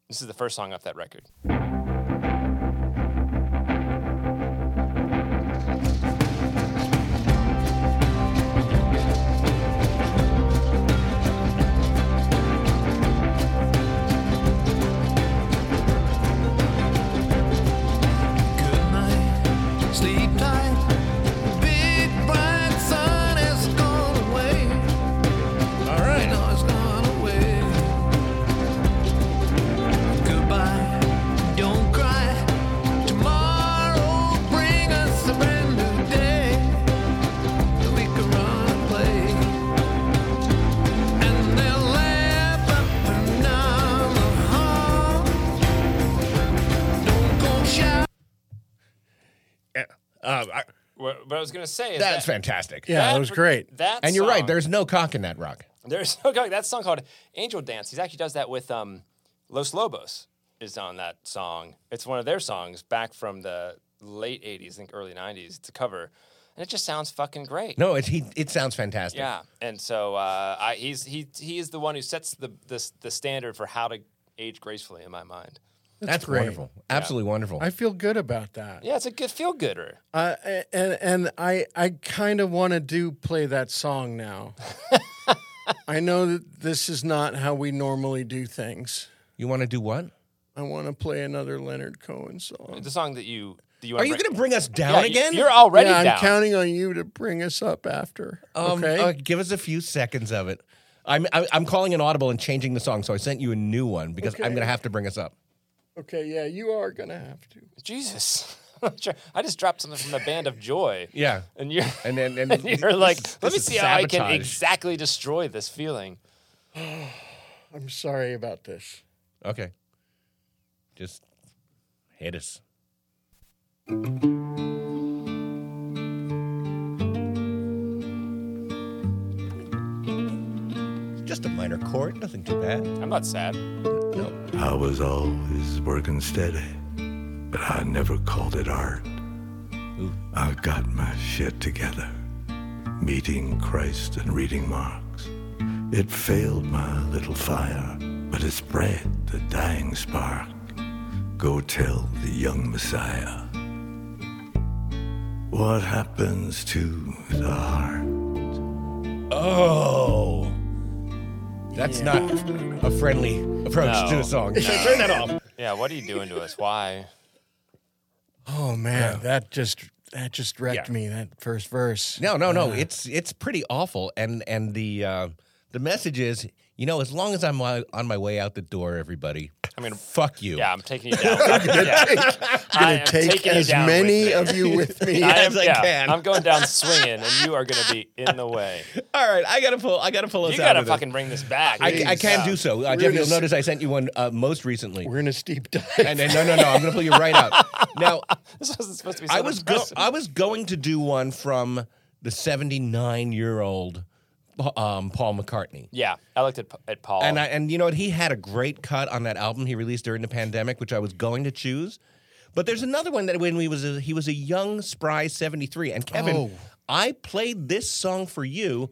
Speaker 3: This is the first song off that record.
Speaker 7: Good night, sleep tight. Big bright sun has gone away. All right, now it's gone away. Goodbye,
Speaker 2: Yeah. Uh, I,
Speaker 3: What, what I was going to say is
Speaker 2: that's
Speaker 3: that,
Speaker 2: fantastic.
Speaker 4: Yeah, that was great.
Speaker 3: That
Speaker 2: And you're right.
Speaker 3: song-
Speaker 2: There's no cock in that rock.
Speaker 3: There's no going. That song called Angel Dance. He actually does that with um, Los Lobos is on that song. It's one of their songs back from the late 80s, I think early 90s. It's a cover. And it just sounds fucking great.
Speaker 2: No, it he, it sounds fantastic.
Speaker 3: Yeah. And so uh, I, he's he he is the one who sets the, the the standard for how to age gracefully in my mind.
Speaker 2: that's, wonderful. Absolutely wonderful.
Speaker 4: I feel good about that.
Speaker 3: Yeah, it's a good feel gooder.
Speaker 4: Uh, and and I I kind of want to do play that song now. I know that this is not how we normally do things.
Speaker 2: you want to do what?
Speaker 4: I want to play another Leonard Cohen song.
Speaker 3: The song that you that you
Speaker 2: Are you going to bring us down again?
Speaker 3: You're already
Speaker 4: yeah, I'm
Speaker 3: down.
Speaker 4: counting on you to bring us up after.
Speaker 2: Um,
Speaker 4: okay.
Speaker 2: uh, give us a few seconds of it. I'm I- I'm calling an audible and changing the song, so I sent you a new one because I'm
Speaker 4: Okay.
Speaker 2: going to have to bring us up.
Speaker 4: okay. Yeah, you are gonna have to.
Speaker 3: Jesus. I just dropped something from the band of joy.
Speaker 2: Yeah.
Speaker 3: And you're
Speaker 2: And then and,
Speaker 3: and you're like, let
Speaker 2: this
Speaker 3: me
Speaker 2: is
Speaker 3: see how I can
Speaker 2: sabotage.
Speaker 3: exactly destroy this feeling.
Speaker 4: I'm sorry about this.
Speaker 2: Okay. Just hit us. Just a minor chord, nothing too bad.
Speaker 3: I'm not sad.
Speaker 2: No.
Speaker 10: I was always working steady, but I never called it art. I got my shit together, meeting Christ and reading Marx. It failed my little fire, but it spread the dying spark. Go tell the young Messiah what happens to the heart.
Speaker 2: Oh. That's not a friendly approach to
Speaker 3: No.
Speaker 2: a song. Turn that off.
Speaker 3: Yeah, what are you doing to us? Why?
Speaker 4: Oh man, that just that just wrecked
Speaker 2: Yeah.
Speaker 4: me. That first verse.
Speaker 2: No, no, no. It's it's pretty awful. And and the uh, the message is, you know, as long as I'm on on my way out the door, everybody. I
Speaker 3: mean,
Speaker 2: fuck you.
Speaker 3: Yeah, I'm taking you down. I'm gonna
Speaker 4: I'm gonna take as many of you with me.
Speaker 2: as I can.
Speaker 3: I'm going down swinging, and you are going to be in the way.
Speaker 2: All right, I gotta pull. I gotta pull us
Speaker 3: You
Speaker 2: out.
Speaker 3: got to
Speaker 2: of this.
Speaker 3: fucking bring this back.
Speaker 2: I, I can
Speaker 3: Yeah.
Speaker 2: do so. Uh, Jeff,
Speaker 4: gonna
Speaker 2: you'll
Speaker 4: s-
Speaker 2: notice I sent you one uh, most recently.
Speaker 4: We're in a steep dive.
Speaker 2: And then, no, no, no. I'm gonna pull you right out. Now,
Speaker 3: This wasn't supposed to be. So
Speaker 2: I was go-
Speaker 3: depressing.
Speaker 2: I was going to do one from the 79 year old um, Paul McCartney.
Speaker 3: yeah, I looked at, at Paul.
Speaker 2: And I, and you know what? He had a great cut on that album he released during the pandemic, which I was going to choose. But there's another one that when we was a, he was a young spry 73, and Kevin,
Speaker 4: Oh.
Speaker 2: I played this song for you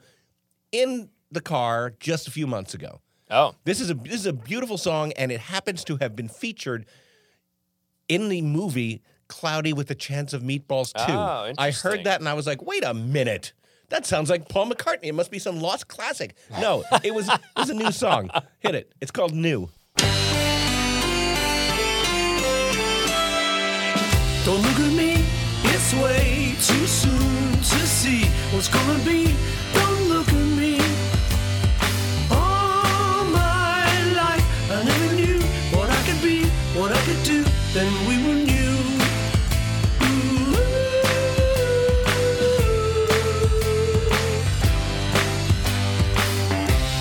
Speaker 2: in the car just a few months ago.
Speaker 3: oh,
Speaker 2: This is a this is a beautiful song, and it happens to have been featured in the movie Cloudy with a Chance of Meatballs 2.
Speaker 3: Oh,
Speaker 2: I heard
Speaker 3: interesting.
Speaker 2: that and I was like, wait a minute. That sounds like Paul McCartney. It must be some lost classic. No, it was it was a new song. Hit it. It's called New.
Speaker 5: Don't look at me, it's way too soon to see what's gonna be. Don't look at me. All my life, I never knew what I could be, what I could do, then we were new. Ooh.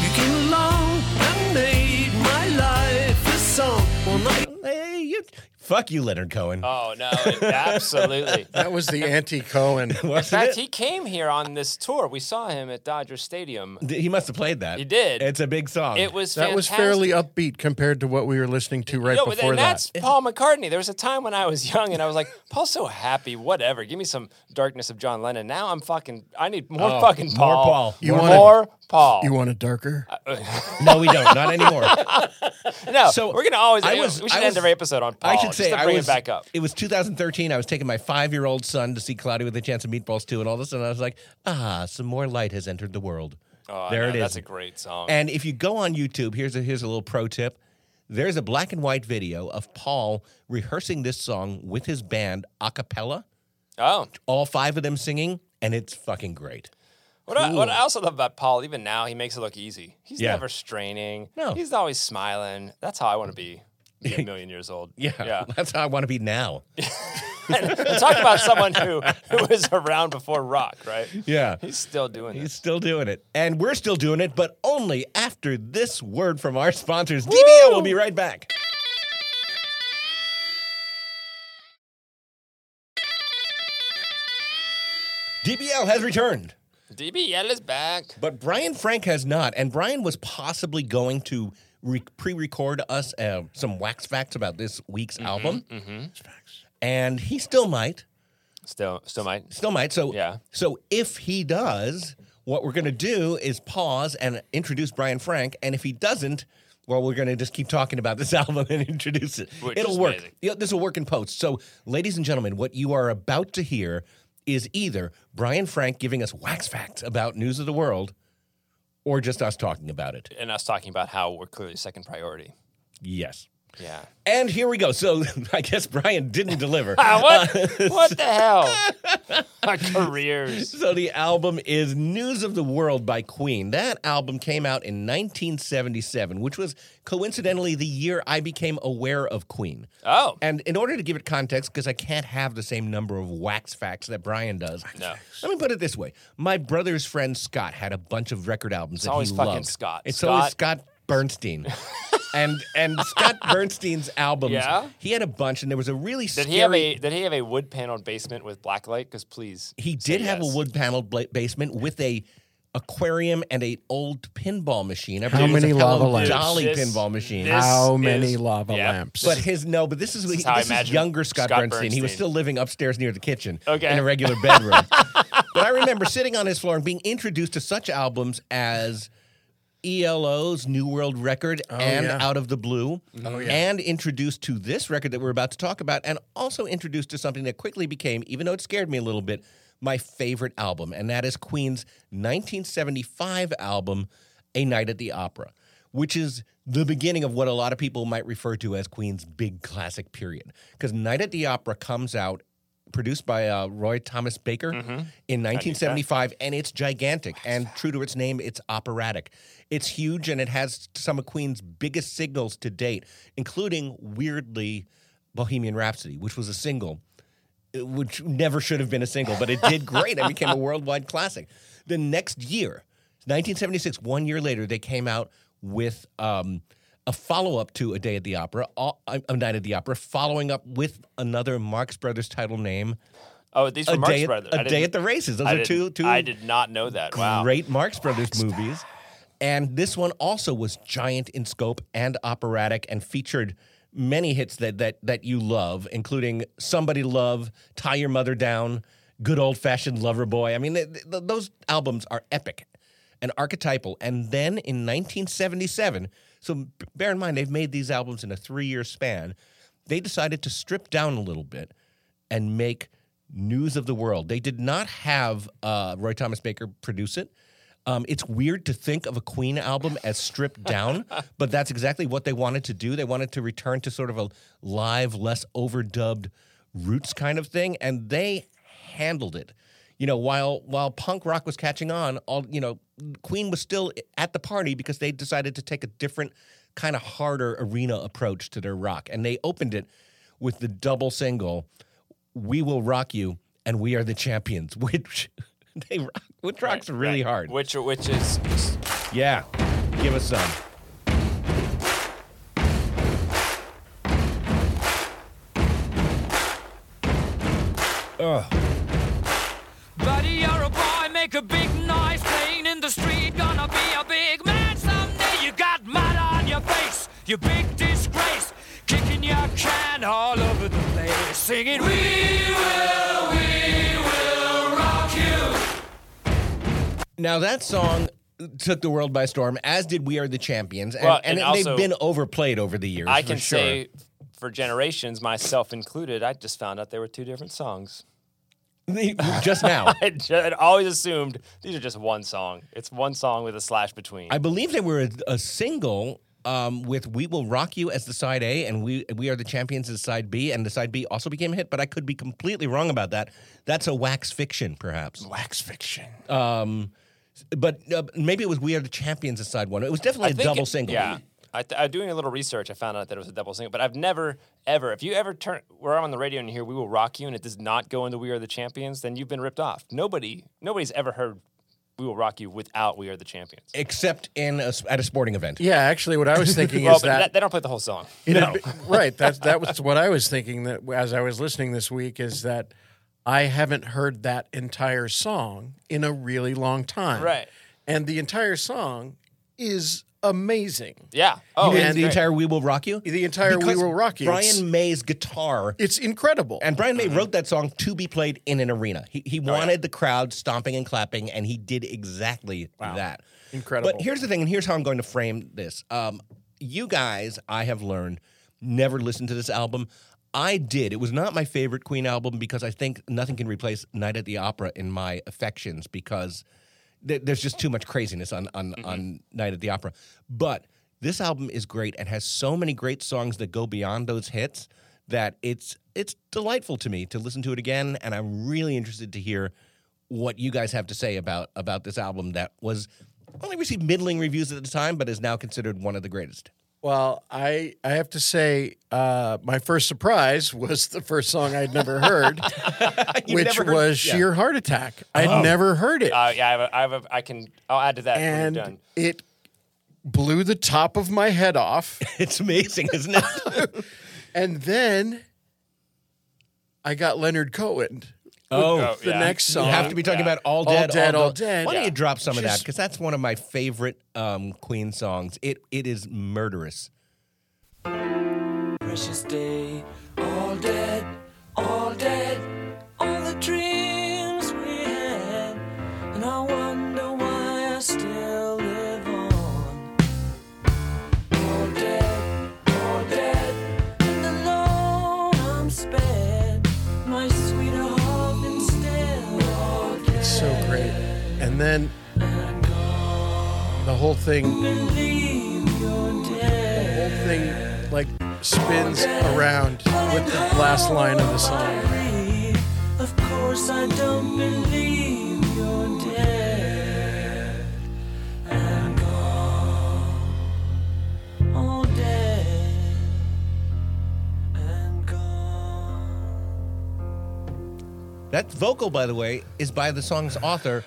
Speaker 5: You came along and made my life a song. Well, night.
Speaker 2: Hey, you, fuck you, Leonard Cohen.
Speaker 3: oh no, it- absolutely.
Speaker 4: That was the anti Cohen.
Speaker 3: In fact, he came here on this tour. We saw him at Dodger Stadium.
Speaker 2: he must have played that.
Speaker 3: He did.
Speaker 2: It's a big song.
Speaker 3: It was
Speaker 4: That was
Speaker 3: fantastic.
Speaker 4: fairly upbeat compared to what we were listening to right
Speaker 3: no, but
Speaker 4: before
Speaker 3: then
Speaker 4: that.
Speaker 3: that's Paul McCartney. There was a time when I was young and I was like, Paul's so happy, whatever. Give me some darkness of John Lennon. Now I'm fucking, I need more
Speaker 2: Oh,
Speaker 3: fucking
Speaker 2: more
Speaker 3: Paul.
Speaker 2: Paul.
Speaker 4: You
Speaker 3: more
Speaker 4: wanted-
Speaker 3: Paul.
Speaker 4: You want it darker?
Speaker 3: Uh,
Speaker 2: no, we don't. Not anymore.
Speaker 3: no,
Speaker 2: so
Speaker 3: we're going to always,
Speaker 2: I
Speaker 3: I
Speaker 2: was-
Speaker 3: we should
Speaker 2: I was-
Speaker 3: end every episode on Paul.
Speaker 2: I should
Speaker 3: Oh, just
Speaker 2: say
Speaker 3: to
Speaker 2: I
Speaker 3: bring
Speaker 2: was,
Speaker 3: it back up.
Speaker 2: It was 2013. I was taking my five-year-old son to see Cloudy with a Chance of Meatballs 2, and all of a sudden I was like, ah, some more light has entered the world.
Speaker 3: Oh,
Speaker 2: there
Speaker 3: no,
Speaker 2: it is.
Speaker 3: That's a great song.
Speaker 2: And if you go on YouTube, here's a here's a little pro tip. There's a black and white video of Paul rehearsing this song with his band a cappella,
Speaker 3: oh,
Speaker 2: all five of them singing, and it's fucking great.
Speaker 3: what I, what I also love about Paul, even now, he makes it look easy. He's
Speaker 2: Yeah.
Speaker 3: never straining.
Speaker 2: No.
Speaker 3: He's always smiling. That's how I want to be. be A million years old.
Speaker 2: Yeah, that's how I want to be now.
Speaker 3: And talk about someone who, who was around before rock, right?
Speaker 2: Yeah.
Speaker 3: He's still doing
Speaker 2: He's
Speaker 3: this.
Speaker 2: still doing it. And we're still doing it, but only after this word from our sponsors. DBL will be right back. DBL has returned.
Speaker 3: DBL is back.
Speaker 2: But Brian Frank has not, and Brian was possibly going to re- pre-record us uh, some wax facts about this week's album, and he still might,
Speaker 3: Still, still might.
Speaker 2: still might. So,
Speaker 3: Yeah.
Speaker 2: So if he does, what we're going to do is pause and introduce Brian Frank, and if he doesn't. Well, we're going to just keep talking about this album and introduce it.
Speaker 3: Which
Speaker 2: It'll
Speaker 3: is
Speaker 2: work.
Speaker 3: amazing.
Speaker 2: Yeah, this will work in post. So, ladies and gentlemen, what you are about to hear is either Brian Frank giving us wax facts about news of the world or just us talking about it.
Speaker 3: And us talking about how we're clearly second priority.
Speaker 2: Yes.
Speaker 3: Yeah.
Speaker 2: And here we go. So I guess Brian didn't deliver.
Speaker 3: Ah, what? what the hell? Our careers.
Speaker 2: So the album is News of the World by Queen. That album came out in 1977, which was coincidentally the year I became aware of Queen.
Speaker 3: Oh.
Speaker 2: And in order to give it context, because I can't have the same number of wax facts that Brian does,
Speaker 3: No.
Speaker 2: let me put it this way: my brother's friend Scott had a bunch of record albums that
Speaker 3: always
Speaker 2: he
Speaker 3: fucking
Speaker 2: loved.
Speaker 3: Scott.
Speaker 2: It's
Speaker 3: Scott-
Speaker 2: always Scott Bernstein, and and Scott Bernstein's albums.
Speaker 3: Yeah?
Speaker 2: he had a bunch, and there was a really
Speaker 3: Did
Speaker 2: scary.
Speaker 3: he have a Did he have a wood paneled basement with black light? Because please,
Speaker 2: He
Speaker 3: say
Speaker 2: did have
Speaker 3: yes.
Speaker 2: a wood paneled bla- basement with a aquarium and a old pinball machine. I
Speaker 4: How
Speaker 2: believe it was a
Speaker 4: many
Speaker 2: Hello
Speaker 4: lava lamps?
Speaker 2: Dolly
Speaker 3: This-
Speaker 2: pinball machine.
Speaker 3: this-
Speaker 4: How
Speaker 3: is-
Speaker 4: many lava
Speaker 3: yeah.
Speaker 4: lamps?
Speaker 2: But his no, but this is,
Speaker 3: is
Speaker 2: this
Speaker 3: how I
Speaker 2: is
Speaker 3: imagine
Speaker 2: younger Scott,
Speaker 3: Scott
Speaker 2: Bernstein. He was
Speaker 3: Bernstein.
Speaker 2: still living upstairs near the kitchen
Speaker 3: Okay.
Speaker 2: in a regular bedroom. but I remember sitting on his floor and being introduced to such albums as ELO's E New World Record and
Speaker 4: yeah.
Speaker 2: Out of the Blue, and introduced to this record that we're about to talk about, and also introduced to something that quickly became, even though it scared me a little bit, my favorite album, and that is Queen's 1975 album, A Night at the Opera, which is the beginning of what a lot of people might refer to as Queen's big classic period. Because Night at the Opera comes out produced by uh, Roy Thomas Baker in 1975, and it's gigantic. And true to its name, it's operatic. It's huge, and it has some of Queen's biggest singles to date, including weirdly Bohemian Rhapsody, which was a single uh, which never should have been a single, but it did great and became a worldwide classic. The next year, 1976, one year later, they came out with um, a follow up to A Day at the Opera, all- uh, A Night at the Opera, following up with another Marx Brothers title name,
Speaker 3: Oh, these were
Speaker 2: A
Speaker 3: Marx
Speaker 2: Day, at,
Speaker 3: Brothers. I
Speaker 2: a Day
Speaker 3: didn't-
Speaker 2: at the Races. Those
Speaker 3: I
Speaker 2: are two,
Speaker 3: didn't-
Speaker 2: two
Speaker 3: I did not know that. Wow.
Speaker 2: great Marx Brothers movies. And this one also was giant in scope and operatic and featured many hits that that that you love, including Somebody Love, Tie Your Mother Down, Good Old Fashioned Lover Boy. I mean, th- th- those albums are epic and archetypal. And then in 1977, so b- bear in mind, they've made these albums in a three year span. They decided to strip down a little bit and make News of the World. They did not have uh, Roy Thomas Baker produce it. Um, it's weird to think of a Queen album as stripped down, but that's exactly what they wanted to do. They wanted to return to sort of a live, less overdubbed roots kind of thing, and they handled it. You know, while while punk rock was catching on, all you know, Queen was still at the party because they decided to take a different kind of harder arena approach to their rock, and they opened it with the double single "We Will Rock You" and "We Are the Champions," which they rock, which rocks really hard.
Speaker 3: Which which is
Speaker 2: Yeah, give us some.
Speaker 8: Buddy, you're a boy, make a big noise playing in the street. Gonna be a big man someday. You got mud on your face, you big disgrace. Kicking your can all over the place, singing, We will, we will rock you.
Speaker 2: Now that song took the world by storm, as did "We Are the Champions," and,
Speaker 3: Well,
Speaker 2: and,
Speaker 3: and
Speaker 2: it-
Speaker 3: also-
Speaker 2: they've been overplayed over the years.
Speaker 3: I
Speaker 2: for
Speaker 3: can
Speaker 2: sure.
Speaker 3: say for generations, myself included, I just found out there were two different songs.
Speaker 2: just now.
Speaker 3: I had always assumed these are just one song. It's one song with a slash between.
Speaker 2: I believe they were a, a single um, with "We Will Rock You" as the side A, and "We We Are the Champions" as side B, and the side B also became a hit. But I could be completely wrong about that. That's a wax fiction, perhaps.
Speaker 4: wax fiction.
Speaker 2: But uh, maybe it was "We Are the Champions" as side one. It was definitely a
Speaker 3: think
Speaker 2: double
Speaker 3: it-
Speaker 2: single.
Speaker 3: Yeah. I, th- I doing a little research. I found out that it was a double single, but I've never ever. If you ever turn, we're on the radio and you hear "We Will Rock You" and it does not go into "We Are the Champions," then you've been ripped off. Nobody, nobody's ever heard "We Will Rock You" without "We Are the Champions."
Speaker 2: Except in a, at a sporting event.
Speaker 4: Yeah, actually, what I was thinking
Speaker 3: Well,
Speaker 4: is
Speaker 3: Oh, but
Speaker 4: that,
Speaker 3: that, they don't play the whole song.
Speaker 4: It'd be- right. That that was what I was thinking that as I was listening this week is that I haven't heard that entire song in a really long time.
Speaker 3: Right.
Speaker 4: And the entire song is amazing.
Speaker 3: Yeah. Oh,
Speaker 2: mean
Speaker 3: it's
Speaker 2: the
Speaker 3: great.
Speaker 2: entire We Will Rock You?
Speaker 4: The entire
Speaker 2: Because
Speaker 4: We Will Rock You. it's-
Speaker 2: Brian May's guitar.
Speaker 4: It's incredible.
Speaker 2: And Brian
Speaker 3: Uh-huh.
Speaker 2: May wrote that song to be played in an arena. He,
Speaker 3: Oh,
Speaker 2: he wanted the crowd stomping and clapping, and he did exactly that.
Speaker 4: Incredible.
Speaker 2: But here's the thing, and here's how I'm going to frame this. Um, you guys, I have learned, never listened to this album. I did. It was not my favorite Queen album because I think nothing can replace Night at the Opera in my affections because th- there's just too much craziness on on, on Night at the Opera. But this album is great and has so many great songs that go beyond those hits that it's it's delightful to me to listen to it again and I'm really interested to hear what you guys have to say about about this album that was only received middling reviews at the time but is now considered one of the greatest.
Speaker 4: Well, I I have to say, uh, my first surprise was the first song I'd never heard,
Speaker 2: You've
Speaker 4: which
Speaker 2: never heard-
Speaker 4: was
Speaker 2: yeah.
Speaker 4: Sheer Heart Attack. I'd never heard it,
Speaker 3: Uh, yeah, Oh. I, have a, I, have a, I can. I'll add to that. when you're
Speaker 4: and
Speaker 3: done.
Speaker 4: it blew the top of my head off.
Speaker 2: It's amazing, isn't it?
Speaker 4: and then I got Leonard Cohen.
Speaker 2: oh,
Speaker 4: The
Speaker 3: yeah.
Speaker 4: next song.
Speaker 2: You have to be talking about all
Speaker 4: All
Speaker 2: dead,
Speaker 4: Dead, All
Speaker 2: Go-
Speaker 4: Dead.
Speaker 2: Why don't
Speaker 4: Yeah.
Speaker 2: you drop some of that?
Speaker 4: Just-
Speaker 2: Because that's one of my favorite um, Queen songs. It it is murderous.
Speaker 5: precious day. All dead, all dead, all the dreams we had. And I wonder why I still live on. All dead, all dead, and alone I'm spared. My sweetheart instead. All dead,
Speaker 4: So great. And then the whole thing, the
Speaker 5: believe you're dead.
Speaker 4: whole thing, like spins around with the last line of the song.
Speaker 5: Of course, I don't believe you're dead. I'm gone, all dead and gone.
Speaker 2: That vocal, by the way, is by the song's author,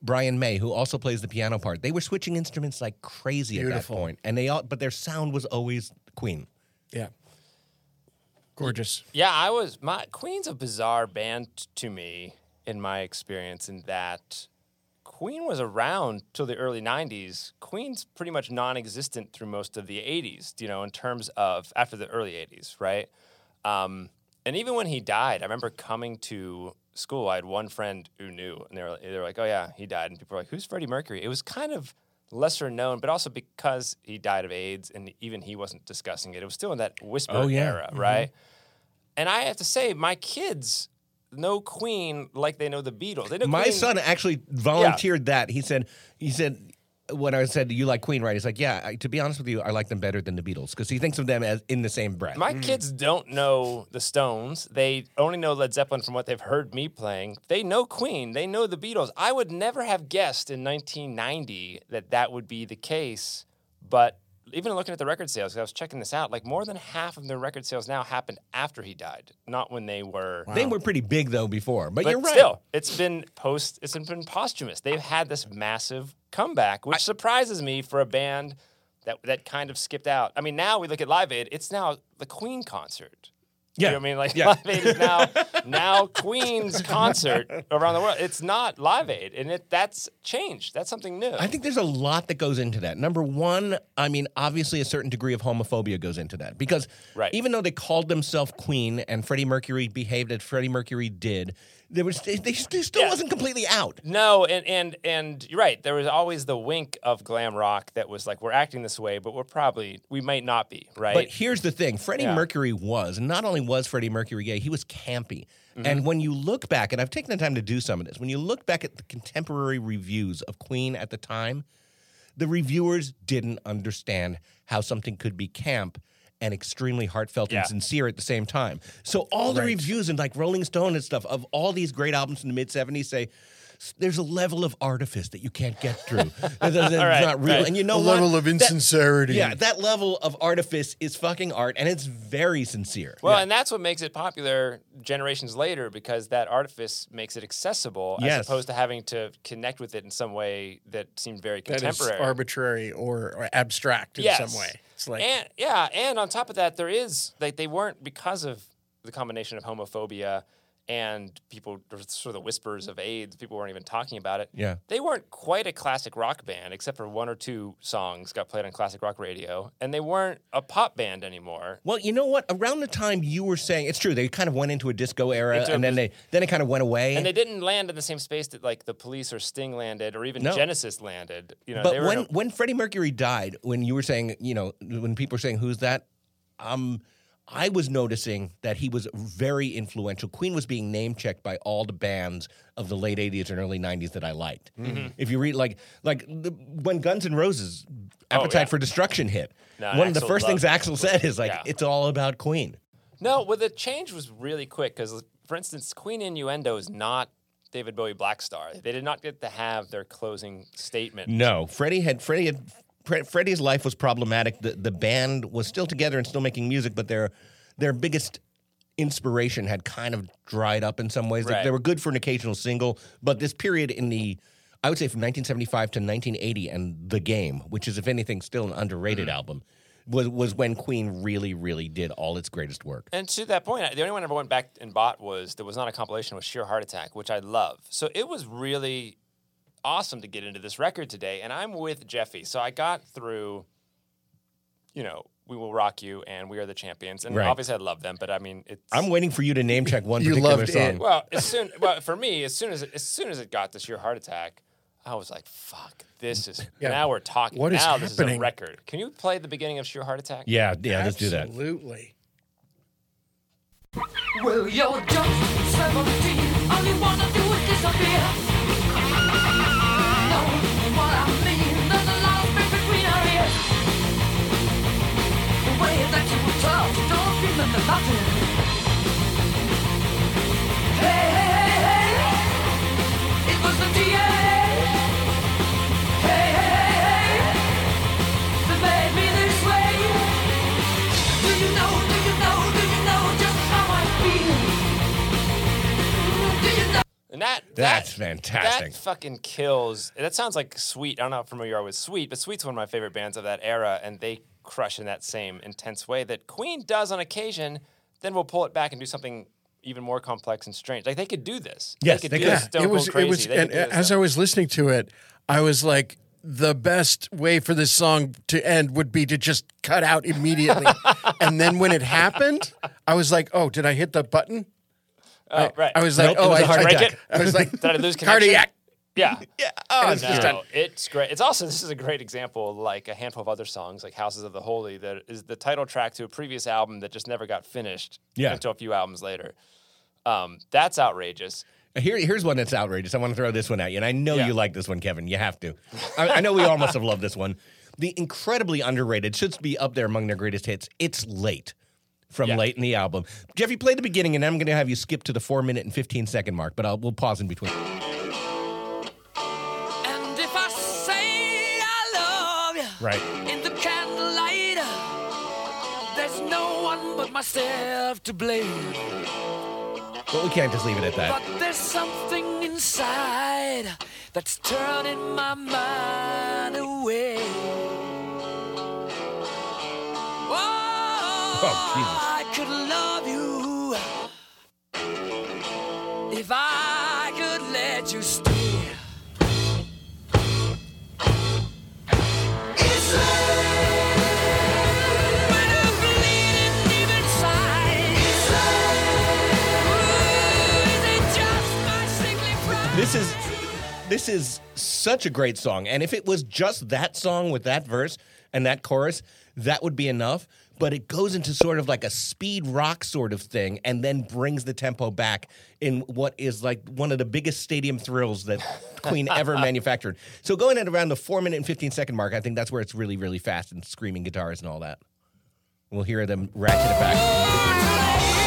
Speaker 2: Brian May, who also plays the piano part. They were switching instruments like crazy
Speaker 4: Beautiful.
Speaker 2: at that point, and they all, but their sound was always Queen.
Speaker 4: Yeah. Gorgeous.
Speaker 3: Yeah, I was. My Queen's a bizarre band t- to me in my experience, in that Queen was around till the early '90s. Queen's pretty much non-existent through most of the '80s. You know, in terms of after the early '80s, right? Um, and even when he died, I remember coming to school. I had one friend who knew, and they were they were like, "Oh yeah, he died," and people were like, "Who's Freddie Mercury?" It was kind of lesser known, but also because he died of AIDS, and even he wasn't discussing it. It was still in that whisper
Speaker 2: Oh, yeah.
Speaker 3: era, right? And I have to say, my kids know Queen like they know the Beatles. They know
Speaker 2: My
Speaker 3: Queen-
Speaker 2: son actually volunteered that. He said, he said, when I said you like Queen, right? He's like, yeah. I, to be honest with you, I like them better than the Beatles because he thinks of them as in the same breath.
Speaker 3: My kids don't know the Stones. They only know Led Zeppelin from what they've heard me playing. They know Queen. They know the Beatles. I would never have guessed in 1990 that that would be the case. But even looking at the record sales, 'cause I was checking this out, like more than half of their record sales now happened after he died, not when they were.
Speaker 2: They were pretty big though before, but,
Speaker 3: But
Speaker 2: you're right.
Speaker 3: still, it's been post. It's been posthumous. They've had this massive comeback, which surprises me for a band that that kind of skipped out. I mean, now we look at Live Aid. It's now the Queen concert.
Speaker 2: yeah.
Speaker 3: You know what I mean? Like
Speaker 2: Yeah.
Speaker 3: Live Aid is now now Queen's concert around the world. It's not Live Aid, and it that's changed. That's something new.
Speaker 2: I think there's a lot that goes into that. Number one, I mean, obviously, a certain degree of homophobia goes into that because
Speaker 3: Right.
Speaker 2: even though they called themselves Queen and Freddie Mercury behaved as Freddie Mercury did, there was they, they still
Speaker 3: Yeah.
Speaker 2: wasn't completely out.
Speaker 3: No, and and and you're right. There was always the wink of glam rock that was like, we're acting this way, but we're probably we might not be right.
Speaker 2: But here's the thing: Freddie Mercury was not only was Freddie Mercury gay, he was campy.
Speaker 3: Mm-hmm.
Speaker 2: And when you look back, and I've taken the time to do some of this, when you look back at the contemporary reviews of Queen at the time, the reviewers didn't understand how something could be camp and extremely heartfelt
Speaker 3: Yeah.
Speaker 2: and sincere at the same time. So all the reviews and like Rolling Stone and stuff of all these great albums in the mid 70s say "S- there's a level of artifice that you can't get through. That- that- That's
Speaker 3: right,
Speaker 2: not real.
Speaker 3: right.
Speaker 2: And you know
Speaker 4: A
Speaker 2: what?
Speaker 4: level of
Speaker 2: That-
Speaker 4: insincerity.
Speaker 2: yeah, that level of artifice is fucking art and it's very sincere.
Speaker 3: Well, and that's what makes it popular generations later because that artifice makes it accessible
Speaker 2: Yes.
Speaker 3: as opposed to having to connect with it in some way that seemed very
Speaker 4: that is
Speaker 3: contemporary.
Speaker 4: arbitrary or, or abstract in
Speaker 3: Yes.
Speaker 4: some way. It's like
Speaker 3: and yeah, and on top of that, there is like they weren't because of the combination of homophobia and people there was sort of the whispers of AIDS. People weren't even talking about it.
Speaker 2: Yeah.
Speaker 3: they weren't quite a classic rock band, except for one or two songs got played on classic rock radio, and they weren't a pop band anymore.
Speaker 2: Well, you know what? Around the time you were saying, it's true. They kind of went into a disco era,
Speaker 3: Into a
Speaker 2: and then they then it kind of went away.
Speaker 3: And they didn't land in the same space that like the Police or Sting landed, or even
Speaker 2: No.
Speaker 3: Genesis landed. You know, they
Speaker 2: but
Speaker 3: were
Speaker 2: when
Speaker 3: in a-
Speaker 2: when Freddie Mercury died, when you were saying, you know, when people were saying, "Who's that?" Um, I was noticing that he was very influential. Queen was being name checked by all the bands of the late '80s and early '90s that I liked.
Speaker 3: Mm-hmm.
Speaker 2: If you read, like, like the, when Guns N' Roses "Appetite
Speaker 3: Oh, yeah.
Speaker 2: for Destruction" hit,
Speaker 3: No,
Speaker 2: one of the
Speaker 3: Axl
Speaker 2: first things
Speaker 3: loved-
Speaker 2: Axel said is like,
Speaker 3: Yeah.
Speaker 2: "It's all about Queen."
Speaker 3: No, well, the change was really quick because, for instance, Queen Innuendo is not David Bowie Blackstar. They did not get to have their closing statement.
Speaker 2: No, Freddie had Freddie had Fre- Freddie's life was problematic. The the band was still together and still making music, but their their biggest inspiration had kind of dried up in some ways. They- They,
Speaker 3: Right.
Speaker 2: were good for an occasional single, but this period in the I would say from 1975 to 1980 and The Game, which is if anything still an underrated
Speaker 4: Mm.
Speaker 2: album, was was when Queen really really did all its greatest work.
Speaker 3: And to that point, I- the only one I ever went back and bought was there was not a compilation with Sheer Heart Attack, which I love. So it was really awesome to get into this record today. And I'm with Jeffy. So I got through, you know, We Will Rock You and We Are the Champions. And
Speaker 2: Right.
Speaker 3: obviously I love them, but I mean, it's.
Speaker 2: I'm waiting for you to name check one
Speaker 4: You
Speaker 2: particular
Speaker 4: loved
Speaker 2: song.
Speaker 4: it.
Speaker 3: Well, as soon well for me, as soon as it, as soon as it got this year heart attack, I was like, "Fuck, this is now we're talking.
Speaker 4: What is
Speaker 3: now this is
Speaker 4: happening?
Speaker 3: a record." Can you play the beginning of sheer heart attack?
Speaker 2: Yeah, yeah, let's do that.
Speaker 4: Absolutely.
Speaker 8: Well, you're just 17. All you wanna do is disappear. Know what I mean? There's a lot of space between our ears. The way that you talk, don't remember nothing. Hey, hey, hey, hey. It was the DNA. Hey, hey, hey, hey. That made me this way. Do you know, do you know, do you know just how I feel? Do you know?
Speaker 3: And that
Speaker 2: That's
Speaker 3: that-
Speaker 2: fantastic.
Speaker 3: That fucking kills. That sounds like Sweet. I don't know how familiar you are with Sweet, but Sweet's one of my favorite bands of that era, and they crush in that same intense way that Queen does on occasion. Then we'll pull it back and do something even more complex and strange. Like they could do this.
Speaker 2: Yes,
Speaker 3: they could
Speaker 2: they
Speaker 3: do
Speaker 2: could.
Speaker 3: this. Stone
Speaker 4: it was.
Speaker 3: Cold crazy.
Speaker 4: It was.
Speaker 3: They could
Speaker 4: And
Speaker 3: do this
Speaker 4: as
Speaker 3: stuff.
Speaker 4: I was listening to it, I was like, the best way for this song to end would be to just cut out immediately. and then when it happened, I was like, oh, did I hit the button?
Speaker 3: oh, right.
Speaker 4: I was like,
Speaker 2: Nope, it
Speaker 4: oh,
Speaker 2: was
Speaker 4: I,
Speaker 2: a heart
Speaker 4: I,
Speaker 2: attack.
Speaker 4: I, I was like,
Speaker 3: Did I lose connection?
Speaker 4: cardiac.
Speaker 3: Yeah.
Speaker 2: Yeah, oh, it's just
Speaker 3: No, it's great. It's also this is a great example, like a handful of other songs, like "Houses of the Holy," that is the title track to a previous album that just never got finished
Speaker 2: Yeah.
Speaker 3: until a few albums later. Um, that's outrageous.
Speaker 2: Here, here's one that's outrageous. I want to throw this one at you, and I know
Speaker 3: Yeah.
Speaker 2: you like this one, Kevin. You have to. I, I know we all must have loved this one. The incredibly underrated should be up there among their greatest hits. It's late from
Speaker 3: Yeah.
Speaker 2: late in the album. Jeffy, play the beginning, and I'm going to have you skip to the four minute and fifteen second mark, but I'll, we'll pause in between.
Speaker 8: And if I say I love you
Speaker 2: Right.
Speaker 8: in the candlelight, there's no one but myself to blame.
Speaker 2: But we can't just leave it at that.
Speaker 8: But there's something inside that's turning my mind away. Oh,
Speaker 2: Jesus.
Speaker 8: I could love you if I could let you stay. It's love, but I'm bleeding deep inside. It's love. Is it just my sickly pride?
Speaker 2: This is this is such a great song, and if it was just that song with that verse and that chorus, that would be enough. But it goes into sort of like a speed rock sort of thing, and then brings the tempo back in what is like one of the biggest stadium thrills that Queen ever manufactured. So going at around the four minute and fifteen second mark, I think that's where it's really really fast and screaming guitars and all that. We'll hear them ratchet it back.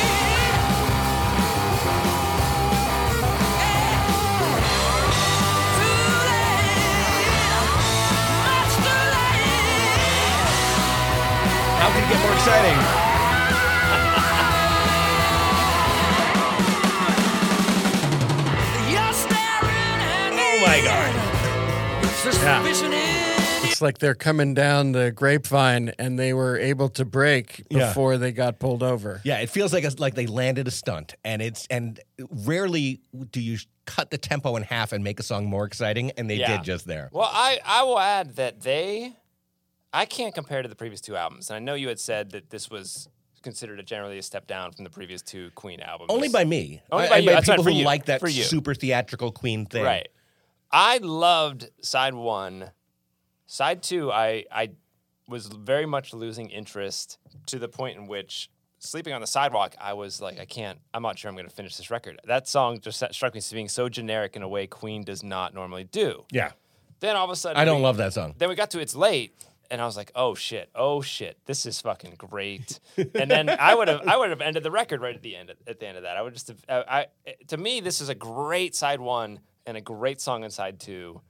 Speaker 2: How can it get more exciting?
Speaker 8: You're staring at
Speaker 2: Oh my god!
Speaker 8: Suspicion is
Speaker 4: It's like they're coming down the grapevine and they were able to break
Speaker 2: Yeah.
Speaker 4: before they got pulled over.
Speaker 2: Yeah, it feels like it's like they landed a stunt, and it's and rarely do you cut the tempo in half and make a song more exciting, and they
Speaker 3: Yeah.
Speaker 2: did just there.
Speaker 3: Well, I, I will add that they, I can't compare to the previous two albums. And I know you had said that this was considered a generally a step down from the previous two Queen albums.
Speaker 2: Only by me,
Speaker 3: Only
Speaker 2: I-
Speaker 3: by
Speaker 2: and
Speaker 3: you. That's right,
Speaker 2: people
Speaker 3: for
Speaker 2: who
Speaker 3: you.
Speaker 2: like that
Speaker 3: For you.
Speaker 2: super theatrical Queen thing.
Speaker 3: Right. I loved side one. Side two, I, I was very much losing interest to the point in which sleeping on the sidewalk, I was like, I can't, I'm not sure I'm going to finish this record. That song just struck me as being so generic in a way Queen does not normally do.
Speaker 2: Yeah,
Speaker 3: Then all of a sudden,
Speaker 2: I don't
Speaker 3: we-
Speaker 2: love that song.
Speaker 3: then we got to it's late and i was like oh shit oh shit this is fucking great and then i would have i would have ended the record right at the end at the end of that i would just have, I, I to me this is a great side one and a great song on side two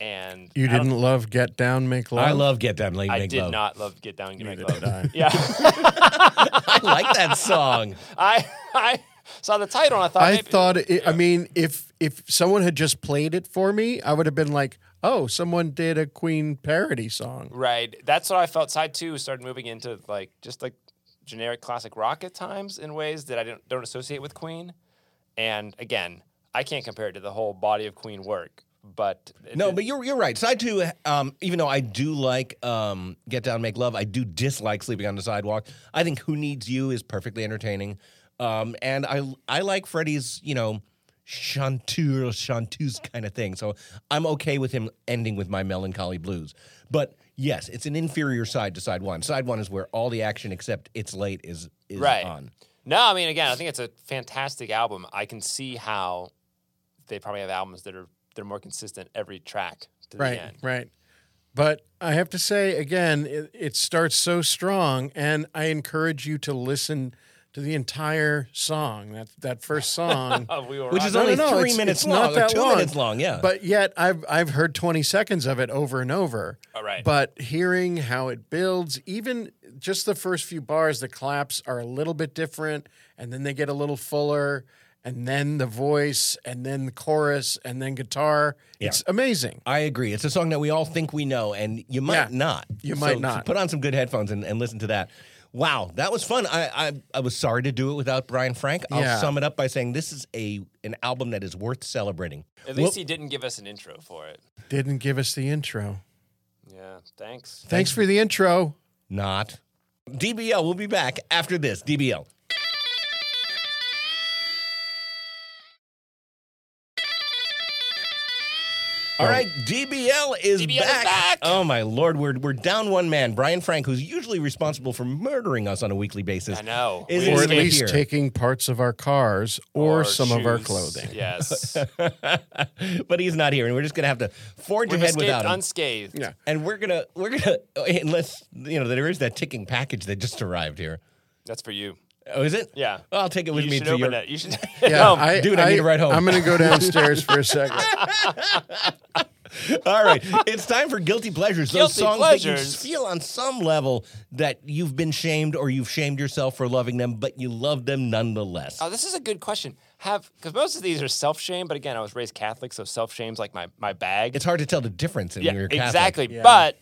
Speaker 3: and
Speaker 4: You
Speaker 3: I don't-
Speaker 4: didn't love Get Down, Make Love?
Speaker 2: I love Get Down, Lady
Speaker 3: I
Speaker 2: Make
Speaker 3: did
Speaker 2: Love.
Speaker 3: not love Get Down, Get Back
Speaker 4: Neither did I.
Speaker 3: Love. Yeah,
Speaker 2: I like that song.
Speaker 3: I I saw the title and I thought
Speaker 4: I
Speaker 3: maybe-
Speaker 4: thought, it, I mean, if if someone had just played it for me, I would have been like, oh, someone did a Queen parody song.
Speaker 3: Right. That's what I felt. Side two started moving into like just like generic classic rock at times in ways that I don't don't associate with Queen. And again, I can't compare it to the whole body of Queen work, but it-
Speaker 2: No,
Speaker 3: it-
Speaker 2: but you're you're right. Side two, um, even though I do like um, Get Down, Make Love, I do dislike Sleeping on the Sidewalk. I think Who Needs You is perfectly entertaining, um, and I I like Freddie's you know chanteur chanteuse kind of thing. So I'm okay with him ending with my melancholy blues. But yes, it's an inferior side to side one. Side one is where all the action except it's late is is
Speaker 3: right.
Speaker 2: on.
Speaker 3: No, I mean again, I think it's a fantastic album. I can see how they probably have albums that are they're more consistent every track to
Speaker 4: Right,
Speaker 3: the end.
Speaker 4: right. But I have to say, again, it, it starts so strong, and I encourage you to listen to the entire song, that, that first song.
Speaker 3: Oh, we were
Speaker 2: Which
Speaker 3: right.
Speaker 2: is
Speaker 4: No, no,
Speaker 2: only
Speaker 4: no,
Speaker 2: three
Speaker 4: it's-
Speaker 2: minutes
Speaker 4: it's
Speaker 2: long,
Speaker 4: not
Speaker 2: or
Speaker 4: that
Speaker 2: two
Speaker 4: long.
Speaker 2: minutes long. Yeah,
Speaker 4: But yet, I've I've heard 20 seconds of it over and over.
Speaker 3: All right.
Speaker 4: But hearing how it builds, even just the first few bars, the claps are a little bit different, and then they get a little fuller, and then the voice, and then the chorus, and then guitar. It's amazing.
Speaker 2: I agree. It's a song that we all think we know, and you might
Speaker 4: Yeah.
Speaker 2: not.
Speaker 4: You might
Speaker 2: So-
Speaker 4: not.
Speaker 2: so put on some good headphones and, and listen to that. Wow, that was fun. I, I I was sorry to do it without Brian Frank. I'll
Speaker 4: Yeah.
Speaker 2: sum it up by saying this is a an album that is worth celebrating.
Speaker 3: At least he didn't give us an intro for it.
Speaker 4: Didn't give us the intro.
Speaker 3: Yeah. Thanks.
Speaker 4: Thanks for the intro.
Speaker 2: Not DBL. We'll be back after this. DBL. All right, DBL is
Speaker 3: DBL is
Speaker 2: back.
Speaker 3: back.
Speaker 2: Oh my lord, we're we're down one man, Brian Frank, who's usually responsible for murdering us on a weekly basis.
Speaker 3: I know.
Speaker 2: Is
Speaker 3: We
Speaker 2: it-
Speaker 4: Or
Speaker 2: Please
Speaker 4: at
Speaker 2: stay
Speaker 4: least
Speaker 2: here.
Speaker 4: taking parts of our cars or,
Speaker 3: Or
Speaker 4: some of our
Speaker 3: shoes.
Speaker 4: clothing.
Speaker 3: Yes.
Speaker 2: but he's not here, and we're just gonna have to forge
Speaker 3: We've
Speaker 2: ahead
Speaker 3: escaped
Speaker 2: without him.
Speaker 3: unscathed.
Speaker 4: Yeah.
Speaker 2: and we're gonna we're gonna unless you know there is that ticking package that just arrived here.
Speaker 3: That's for you.
Speaker 2: Oh, is it?
Speaker 3: Yeah.
Speaker 2: Well, I'll take it with
Speaker 3: you
Speaker 2: me
Speaker 3: should
Speaker 2: to
Speaker 3: open
Speaker 2: your.
Speaker 3: it. You should.
Speaker 4: Yeah,
Speaker 3: no,
Speaker 2: dude, I need to ride home.
Speaker 4: I'm going to go downstairs for a second.
Speaker 2: All right, it's time for guilty pleasures. Those
Speaker 3: Guilty
Speaker 2: songs
Speaker 3: pleasures.
Speaker 2: that you feel on some level that you've been shamed or you've shamed yourself for loving them, but you love them nonetheless.
Speaker 3: oh, this is a good question. Have because most of these are self shame, but again, I was raised Catholic, so self shame's like my my bag.
Speaker 2: It's hard to tell the difference in
Speaker 3: yeah,
Speaker 2: your Catholic.
Speaker 3: exactly. But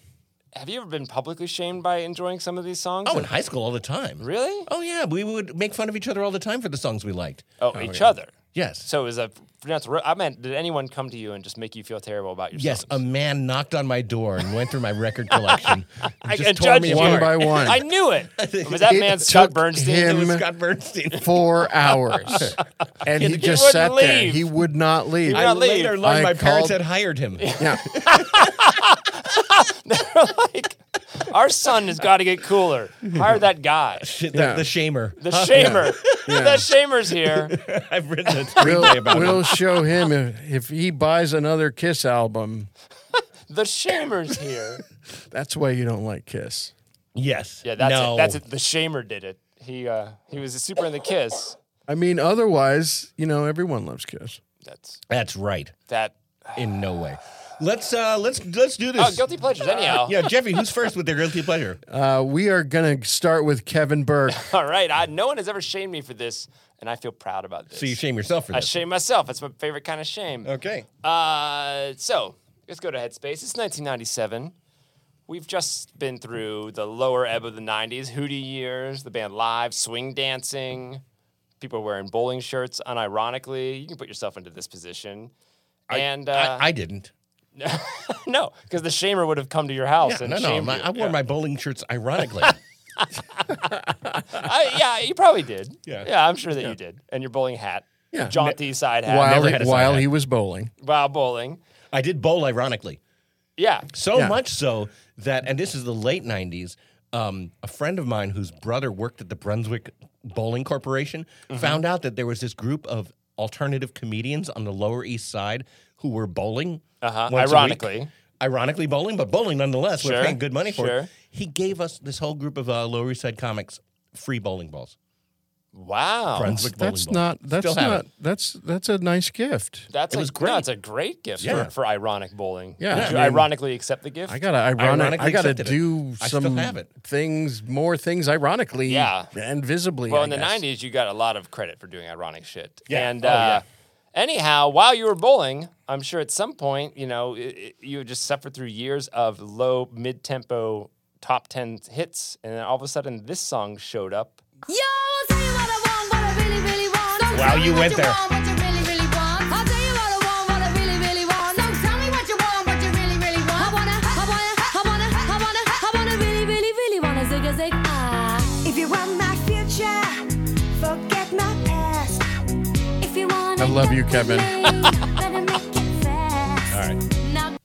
Speaker 3: have you ever been publicly shamed by enjoying some of these songs?
Speaker 2: Oh, in high school all the time.
Speaker 3: Really?
Speaker 2: Oh yeah, we would make fun of each other all the time for the songs we liked.
Speaker 3: Oh, each other.
Speaker 2: Yes.
Speaker 3: So is a that's re- I meant did anyone come to you and just make you feel terrible about yourself?
Speaker 2: Yes, um, a man knocked on my door and went through my record collection. and
Speaker 3: I
Speaker 2: just
Speaker 3: can
Speaker 2: tore
Speaker 3: judge
Speaker 2: me
Speaker 3: you.
Speaker 4: one
Speaker 2: apart.
Speaker 4: by one
Speaker 3: I knew it. Was that
Speaker 4: It
Speaker 3: man Scott
Speaker 4: took
Speaker 3: Bernstein?
Speaker 2: It was
Speaker 4: him
Speaker 2: Scott Bernstein.
Speaker 4: four hours, and he,
Speaker 3: He
Speaker 4: just
Speaker 3: wouldn't
Speaker 4: sat there.
Speaker 3: leave.
Speaker 4: He would not leave.
Speaker 3: would not
Speaker 2: I
Speaker 3: Now leave.
Speaker 2: later learned
Speaker 4: I
Speaker 2: my parents
Speaker 4: called-
Speaker 2: had hired him.
Speaker 4: yeah,
Speaker 3: like, our son has got to get cooler. Hire that guy.
Speaker 2: The,
Speaker 4: Yeah.
Speaker 2: the shamer.
Speaker 3: The shamer.
Speaker 4: Yeah.
Speaker 3: The shamer's here.
Speaker 2: I've written a
Speaker 4: we'll,
Speaker 2: screenplay about
Speaker 4: we'll
Speaker 2: it.
Speaker 4: show him if, if he buys another Kiss album.
Speaker 3: The shamer's here.
Speaker 4: That's why you don't like Kiss.
Speaker 2: Yes.
Speaker 3: Yeah, that's
Speaker 2: no.
Speaker 3: it. That's it. The shamer did it. He uh he was super in the kiss.
Speaker 4: I mean, otherwise, you know, everyone loves Kiss.
Speaker 3: That's
Speaker 2: That's right.
Speaker 3: that.
Speaker 2: In no way. Let's uh let's let's do this.
Speaker 3: Oh, guilty pleasures anyhow.
Speaker 2: yeah, Jeffy, who's first with their guilty pleasure?
Speaker 4: Uh, we are gonna start with Kevin Burke.
Speaker 3: All right. I, no one has ever shamed me for this, and I feel proud about this.
Speaker 2: So you shame yourself for
Speaker 3: I
Speaker 2: this.
Speaker 3: shame myself. That's my favorite kind of shame.
Speaker 2: okay.
Speaker 3: Uh, so let's go to Headspace. It's 1997. We've just been through the lower ebb of the 90s, Hootie years, the band live, swing dancing. People wearing bowling shirts, unironically. You can put yourself into this position. and uh,
Speaker 2: I, I didn't.
Speaker 3: no, because the shamer would have come to your house
Speaker 2: Yeah,
Speaker 3: and
Speaker 2: no, no.
Speaker 3: shamed
Speaker 2: My,
Speaker 3: you.
Speaker 2: I wore
Speaker 3: yeah.
Speaker 2: my bowling shirts ironically.
Speaker 3: I, yeah, you probably did.
Speaker 2: Yeah.
Speaker 3: Yeah, I'm sure that you did. And your bowling hat,
Speaker 4: Yeah.
Speaker 3: your jaunty side hat,
Speaker 4: while
Speaker 2: had a side
Speaker 4: while
Speaker 2: hat.
Speaker 4: he was bowling.
Speaker 3: while bowling.
Speaker 2: I did bowl ironically.
Speaker 3: Yeah,
Speaker 2: So
Speaker 4: Yeah.
Speaker 2: much so that, and this is the late 90s, um, a friend of mine whose brother worked at the Brunswick Bowling Corporation
Speaker 3: Mm-hmm.
Speaker 2: found out that there was this group of alternative comedians on the Lower East Side who were bowling.
Speaker 3: Uh-huh,
Speaker 2: once a week.
Speaker 3: ironically.
Speaker 2: Ironically bowling, but bowling nonetheless. We're
Speaker 3: Sure,
Speaker 2: paying good money for it.
Speaker 3: sure.
Speaker 2: He gave us this whole group of uh, Lower East Side comics free bowling balls.
Speaker 3: wow.
Speaker 2: Brunswick bowling
Speaker 4: That's
Speaker 2: balls.
Speaker 4: not. That's
Speaker 2: Still have
Speaker 4: not.
Speaker 2: it.
Speaker 4: That's that's a nice gift.
Speaker 3: That's
Speaker 2: It
Speaker 3: a,
Speaker 2: was
Speaker 3: No,
Speaker 2: great.
Speaker 3: it's a great gift
Speaker 2: Yeah.
Speaker 3: for, for ironic bowling.
Speaker 4: Yeah,
Speaker 3: Did
Speaker 4: I
Speaker 3: you
Speaker 4: mean-
Speaker 3: ironically accept the gift?
Speaker 4: I gotta ironic.
Speaker 2: Ironically
Speaker 4: I gotta
Speaker 2: accepted it.
Speaker 4: do
Speaker 2: I still
Speaker 4: some
Speaker 2: have it.
Speaker 4: things, more things ironically,
Speaker 3: Yeah.
Speaker 4: and visibly.
Speaker 3: well,
Speaker 4: I
Speaker 3: in the
Speaker 4: guess.
Speaker 3: 90s, you got a lot of credit for doing ironic shit.
Speaker 2: Yeah.
Speaker 3: And
Speaker 2: Oh,
Speaker 3: uh,
Speaker 2: yeah.
Speaker 3: anyhow, while you were bowling, I'm sure at some point, you know, i i you just suffered through years of low, mid tempo top 10 hits. And then all of a sudden, this song showed up.
Speaker 9: Yo, I'll tell you what I want, what I really, really want. Don't
Speaker 2: Wow,
Speaker 9: tell me
Speaker 2: you
Speaker 9: what
Speaker 2: went there.
Speaker 9: Want, what you really, really want. I'll tell you what I want, what I really, really want. Don't tell me what you want, what you really, really want. I wanna, I wanna, I wanna, I wanna, I wanna really, really, really wanna zig a zig ah.
Speaker 1: If you want my future, forget my past.
Speaker 9: If you wanna,
Speaker 4: I love you, Kevin.
Speaker 9: better make it fast. All right. Now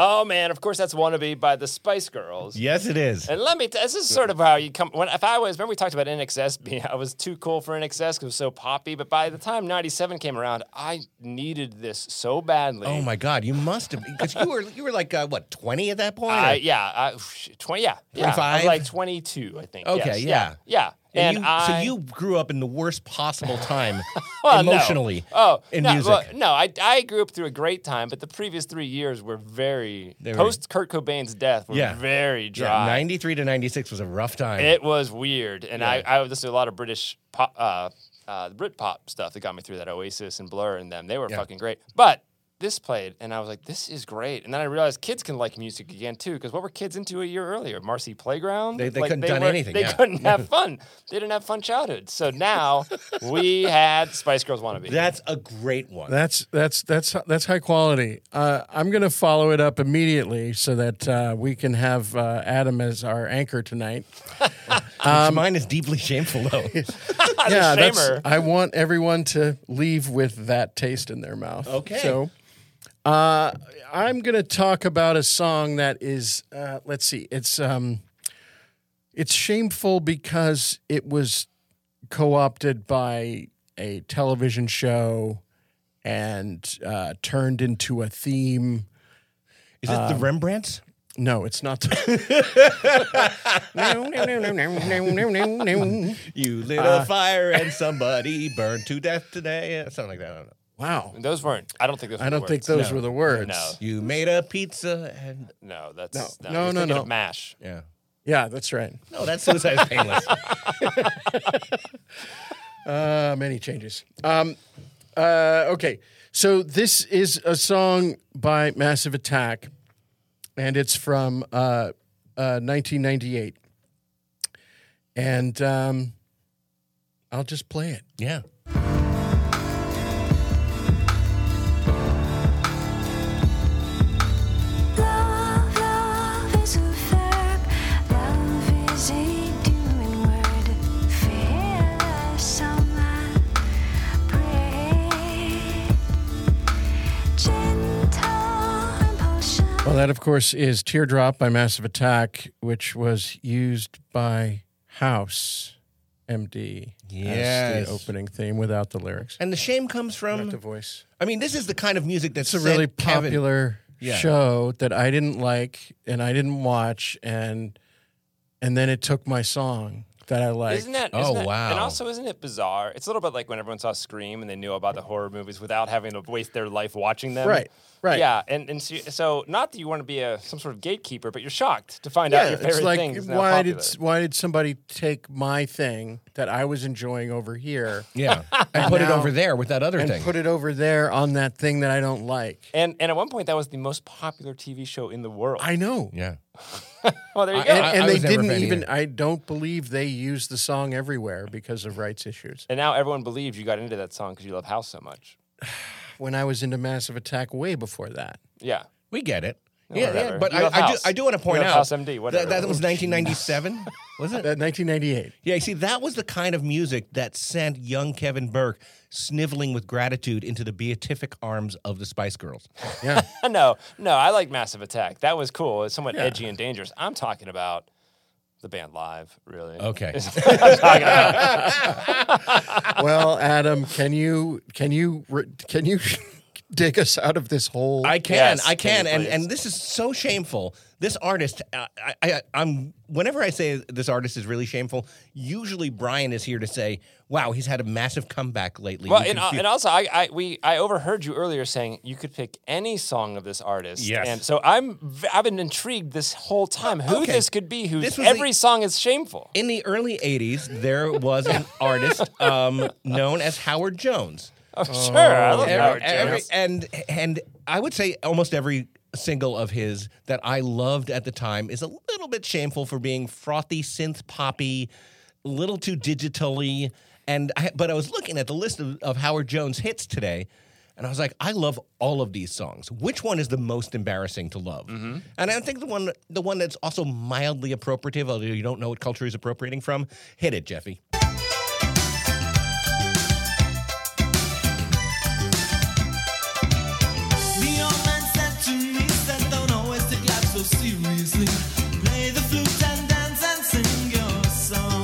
Speaker 3: Oh, man. Of course, that's Wannabe by the Spice Girls.
Speaker 2: Yes, it is.
Speaker 3: And let me. T- this is sort of how you come. When if I was, remember we talked about NXS. Being, I was too cool for NXS because it was so poppy. But by the time '97 came around, I needed this so badly.
Speaker 2: Oh my God! You must have because you were you were like uh, what twenty at that point.
Speaker 3: I, yeah, I, twenty. Yeah, yeah.
Speaker 2: 25?
Speaker 3: I was like twenty-two, I think.
Speaker 2: Okay,
Speaker 3: Yes,
Speaker 2: yeah.
Speaker 3: yeah.
Speaker 2: And
Speaker 3: And,
Speaker 2: you,
Speaker 3: I,
Speaker 2: so you grew up in the worst possible time
Speaker 3: Well, no.
Speaker 2: emotionally.
Speaker 3: Oh,
Speaker 2: in
Speaker 3: no,
Speaker 2: music.
Speaker 3: well, no, I, I grew up through a great time, but the previous three years were very
Speaker 2: They were-
Speaker 3: post Kurt Cobain's death. Were
Speaker 2: Yeah.
Speaker 3: very
Speaker 2: yeah,
Speaker 3: dry.
Speaker 2: ninety three to ninety six was a rough time.
Speaker 3: It was weird, and I, I listened to a lot of British pop, uh, uh, Brit pop stuff that got me through that Oasis and Blur and them. They were fucking great. But this played, and I was like, this is great. And then I realized kids can like music again too, because what were kids into a year earlier? Marcy Playground.
Speaker 2: They- they
Speaker 3: Like,
Speaker 2: couldn't done
Speaker 3: weren't-
Speaker 2: anything,
Speaker 3: They
Speaker 2: yeah.
Speaker 3: couldn't have fun. They didn't have fun childhood. So now we had Spice Girls Wannabe.
Speaker 2: That's a great one.
Speaker 4: That's that's that's that's high quality. Uh, I'm gonna follow it up immediately so that uh, we can have uh, Adam as our anchor tonight.
Speaker 2: Which mine is deeply shameful though.
Speaker 4: yeah, that's-
Speaker 3: shamer.
Speaker 4: I want everyone to leave with that taste in their mouth.
Speaker 2: Okay.
Speaker 4: So uh, I'm going to talk about a song that is, uh, let's see, it's um, it's shameful because it was co-opted by a television show and uh, turned into a theme.
Speaker 2: Is it the Rembrandts?
Speaker 4: No, it's not. no, no, no, no, no, no, no, no.
Speaker 2: You lit a fire and somebody burned to death today. Something like that. I don't know.
Speaker 4: Wow.
Speaker 3: those weren't. I don't think those.
Speaker 4: I
Speaker 3: were
Speaker 4: don't think
Speaker 3: words.
Speaker 4: those were the words.
Speaker 3: No.
Speaker 2: You made a pizza and
Speaker 3: No, that's
Speaker 4: No,
Speaker 3: you're
Speaker 4: no,
Speaker 3: thinking
Speaker 4: no.
Speaker 3: of Mash.
Speaker 2: yeah.
Speaker 4: Yeah, that's right.
Speaker 2: No, that's suicide is painless.
Speaker 4: Uh, many changes. Um, uh, okay, so this is a song by Massive Attack, and it's from uh, uh, 1998. And um, I'll just play it.
Speaker 2: Yeah.
Speaker 1: Love, love is a verb. Love is a doing word. Fearless someone brave, gentle impulsion.
Speaker 4: Well, that, of course, is Teardrop by Massive Attack, which was used by House MD as
Speaker 2: Yes.
Speaker 4: the opening theme without the lyrics.
Speaker 2: And the shame comes
Speaker 4: Not the
Speaker 2: from.
Speaker 4: voice.
Speaker 2: I mean, this is the kind of music that's
Speaker 4: um, it's a really
Speaker 2: sent Kevin-
Speaker 4: popular
Speaker 2: Yeah.
Speaker 4: show that I didn't like and I didn't watch and and then it took my song that I liked.
Speaker 3: Isn't that?
Speaker 2: Oh,
Speaker 3: isn't that- And
Speaker 2: wow.
Speaker 3: also, isn't it bizarre? It's a little bit like when everyone saw Scream and they knew about the horror movies without having to waste their life watching them.
Speaker 4: Right, right.
Speaker 3: Yeah, and and so, so not that you want to be a some sort of gatekeeper, but you're shocked to find out
Speaker 4: yeah,
Speaker 3: your
Speaker 4: it's
Speaker 3: favorite
Speaker 4: like
Speaker 3: thing is now
Speaker 4: why
Speaker 3: popular.
Speaker 4: did why did somebody take my thing that I was enjoying over here
Speaker 2: Yeah. And put it
Speaker 4: now-
Speaker 2: over there with that other
Speaker 4: and
Speaker 2: thing.
Speaker 4: put it over there on that thing that I don't like?
Speaker 3: and and at one point that was the most popular TV show in the world.
Speaker 4: I know.
Speaker 2: yeah.
Speaker 3: Well, there you go.
Speaker 2: I-
Speaker 4: And,
Speaker 2: I-
Speaker 4: and
Speaker 2: was never
Speaker 4: they
Speaker 2: a
Speaker 4: didn't
Speaker 2: fan
Speaker 4: even,
Speaker 2: either.
Speaker 4: I don't believe they used the song everywhere because of rights issues.
Speaker 3: and now everyone believes you got into that song because you love house so much.
Speaker 4: When I was into Massive Attack way before that.
Speaker 3: Yeah.
Speaker 2: We get it. Yeah, yeah,
Speaker 3: whatever.
Speaker 2: but
Speaker 3: You
Speaker 2: I,
Speaker 3: love
Speaker 2: I, do,
Speaker 3: House.
Speaker 2: I do want to
Speaker 3: You
Speaker 2: point
Speaker 3: love
Speaker 2: out
Speaker 3: House MD, whatever. Oh,
Speaker 2: That, that was 1997, was it?
Speaker 4: Uh, 1998.
Speaker 2: Yeah, you see, that was the kind of music that sent young Kevin Burke sniveling with gratitude into the beatific arms of the Spice Girls.
Speaker 4: Yeah.
Speaker 3: Uh, no, no, I like Massive Attack. That was cool. It's somewhat edgy and dangerous. I'm talking about the band live, really.
Speaker 2: Okay.
Speaker 4: well, Adam, can you can you re- can you dig us out of this hole?
Speaker 2: I can,
Speaker 3: Yes,
Speaker 2: I can,
Speaker 3: can you
Speaker 2: and
Speaker 3: please?
Speaker 2: and this is so shameful. This artist, uh, I, I, I'm. Whenever I say this artist is really shameful, usually Brian is here to say, "Wow, he's had a massive comeback lately."
Speaker 3: Well,
Speaker 2: You
Speaker 3: and,
Speaker 2: can
Speaker 3: uh,
Speaker 2: feel-
Speaker 3: and also, I, I we I overheard you earlier saying you could pick any song of this artist.
Speaker 2: Yes.
Speaker 3: And so I'm v- I've been intrigued this whole time who
Speaker 2: okay.
Speaker 3: this could be.
Speaker 2: This
Speaker 3: Who's
Speaker 2: was the-
Speaker 3: every song is shameful.
Speaker 2: in the early '80s, there was an artist um, known as Howard Jones.
Speaker 3: Oh, sure, I love
Speaker 2: Every-
Speaker 3: Howard
Speaker 2: every-
Speaker 3: Jones.
Speaker 2: and and I would say almost every single of his that I loved at the time is a little bit shameful for being frothy, synth poppy, a little too digitally. And I, but I was looking at the list of, of Howard Jones hits today. And I was like, I love all of these songs. Which one is the most embarrassing to love?
Speaker 3: Mm-hmm.
Speaker 2: And I think the one, the one that's also mildly appropriative, although you don't know what culture he's appropriating from. Hit it, Jeffy.
Speaker 5: Neon man said to me that don't always take life so seriously. Play the flute and dance and sing your song.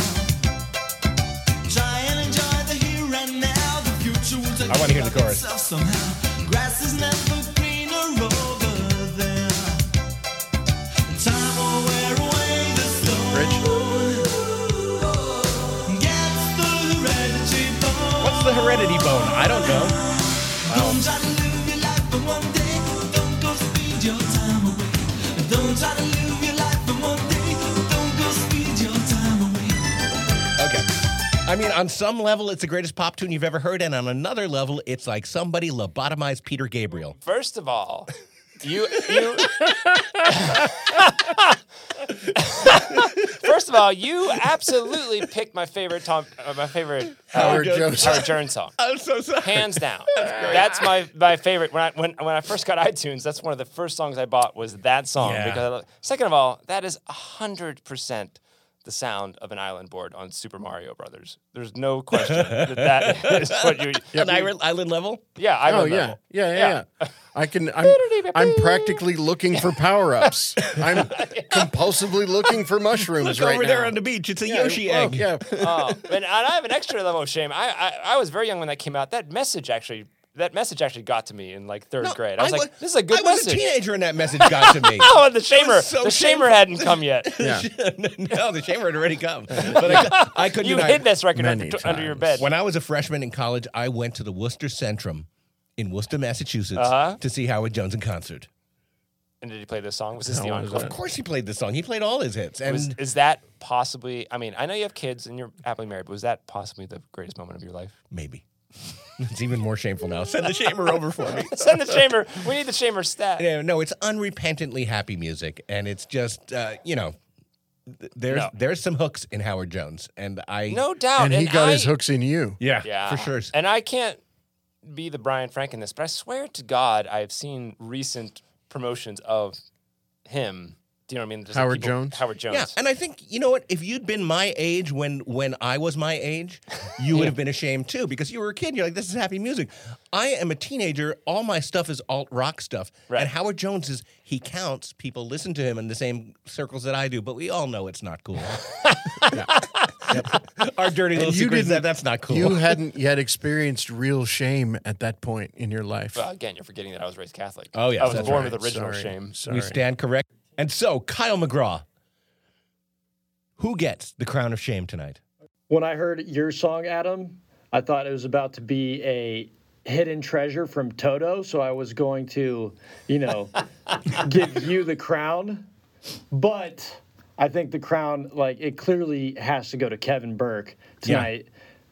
Speaker 5: Try and enjoy the here and now. The future will take
Speaker 2: I wanna hear the
Speaker 5: care of
Speaker 2: chorus.
Speaker 5: itself somehow. Grass is never greener over there. Time will wear away the stone. Gets the heredity bone.
Speaker 2: What's the heredity bone? I don't know.
Speaker 5: Don't try to live your life for one day. Don't go speed your time away. Don't try to live your life for one day. Don't go speed your time away.
Speaker 2: Okay. I mean, on some level, it's the greatest pop tune you've ever heard, and on another level, it's like somebody lobotomized Peter Gabriel.
Speaker 3: First of all, you you. First of all, you absolutely picked my favorite Tom, uh, my favorite uh,
Speaker 4: Howard Jones.
Speaker 3: Howard Jones song.
Speaker 2: I'm so sorry.
Speaker 3: hands down. That's, my my favorite. When I when when I first got iTunes, that's one of the first songs I bought was that song
Speaker 2: Yeah.
Speaker 3: because I lo- second of all, that is hundred percent the sound of an island board on Super Mario Brothers. There's no question that that is what you.
Speaker 2: An island, island level?
Speaker 3: Yeah, I
Speaker 4: Oh
Speaker 3: don't
Speaker 4: yeah.
Speaker 3: know.
Speaker 4: yeah, yeah, yeah. I can. I'm, I'm practically looking for power ups. I'm compulsively looking for mushrooms
Speaker 2: Look
Speaker 4: right
Speaker 2: over
Speaker 4: now.
Speaker 2: there on the beach. It's a Yoshi
Speaker 4: Oh,
Speaker 2: egg.
Speaker 4: yeah.
Speaker 3: Oh, and, and I have an extra level of shame. I, I I was very young when that came out. That message actually. That message actually got to me in like third
Speaker 2: No,
Speaker 3: grade. I was like,
Speaker 2: wa-
Speaker 3: "This is a good
Speaker 2: I was
Speaker 3: message."
Speaker 2: a teenager and that message got to me.
Speaker 3: Oh, the shamer,
Speaker 2: so
Speaker 3: the shamer
Speaker 2: shameful.
Speaker 3: hadn't come yet.
Speaker 4: Yeah.
Speaker 2: no, the chamber had already come. But I, cou- I couldn't
Speaker 3: You
Speaker 2: deny
Speaker 3: hid
Speaker 2: it.
Speaker 3: this record
Speaker 4: Many
Speaker 3: under, under your
Speaker 4: times.
Speaker 3: bed.
Speaker 2: When I was a freshman in college, I went to the Worcester Centrum in Worcester, Massachusetts
Speaker 3: Uh-huh.
Speaker 2: to see Howard Jones in concert.
Speaker 3: And did he play this song? Was this the
Speaker 4: what is
Speaker 3: encore?
Speaker 2: Of course, he played this song. He played all his hits. And
Speaker 3: Was, is that possibly? I mean, I know you have kids and you're happily married, but was that possibly the greatest moment of your life?
Speaker 2: Maybe. It's even more shameful now. Send the chamber over for me.
Speaker 3: Send the chamber. We need the chamber stat.
Speaker 2: Yeah, no, it's unrepentantly happy music, and it's just uh, you know, th- there's
Speaker 3: No.
Speaker 2: there's some hooks in Howard Jones, and I
Speaker 3: No doubt.
Speaker 4: And he got
Speaker 3: I-
Speaker 4: his hooks in you.
Speaker 2: yeah,
Speaker 3: Yeah,
Speaker 2: for sure.
Speaker 3: And I can't be the Brian Frank in this, but I swear to God, I have seen recent promotions of him. Do you know what I mean? Just like
Speaker 4: Howard Jones?
Speaker 3: Howard Jones.
Speaker 2: yeah, and I think you know what? If you'd been my age when when I was my age, you would have been ashamed too because you were a kid. You're like, this is happy music. I am a teenager. All my stuff is alt rock stuff,
Speaker 3: Right.
Speaker 2: and Howard Jones is he counts. People listen to him in the same circles that I do, but we all know it's not cool. Yeah. Yep. Our dirty little
Speaker 4: you
Speaker 2: secret is that
Speaker 4: didn't-
Speaker 2: that's not cool.
Speaker 4: You hadn't yet experienced real shame at that point in your life.
Speaker 3: Well, again, you're forgetting that I was raised Catholic.
Speaker 2: Oh, yes,
Speaker 3: I was
Speaker 2: that's
Speaker 3: born
Speaker 2: right.
Speaker 3: with original
Speaker 4: Sorry.
Speaker 3: shame.
Speaker 4: Sorry.
Speaker 2: We stand correct. And so, Kyle McGraw, who gets the crown of shame tonight?
Speaker 11: when I heard your song, Adam, I thought it was about to be a hidden treasure from Toto. So I was going to, you know, give you the crown. But I think the crown, like, it clearly has to go to Kevin Burke tonight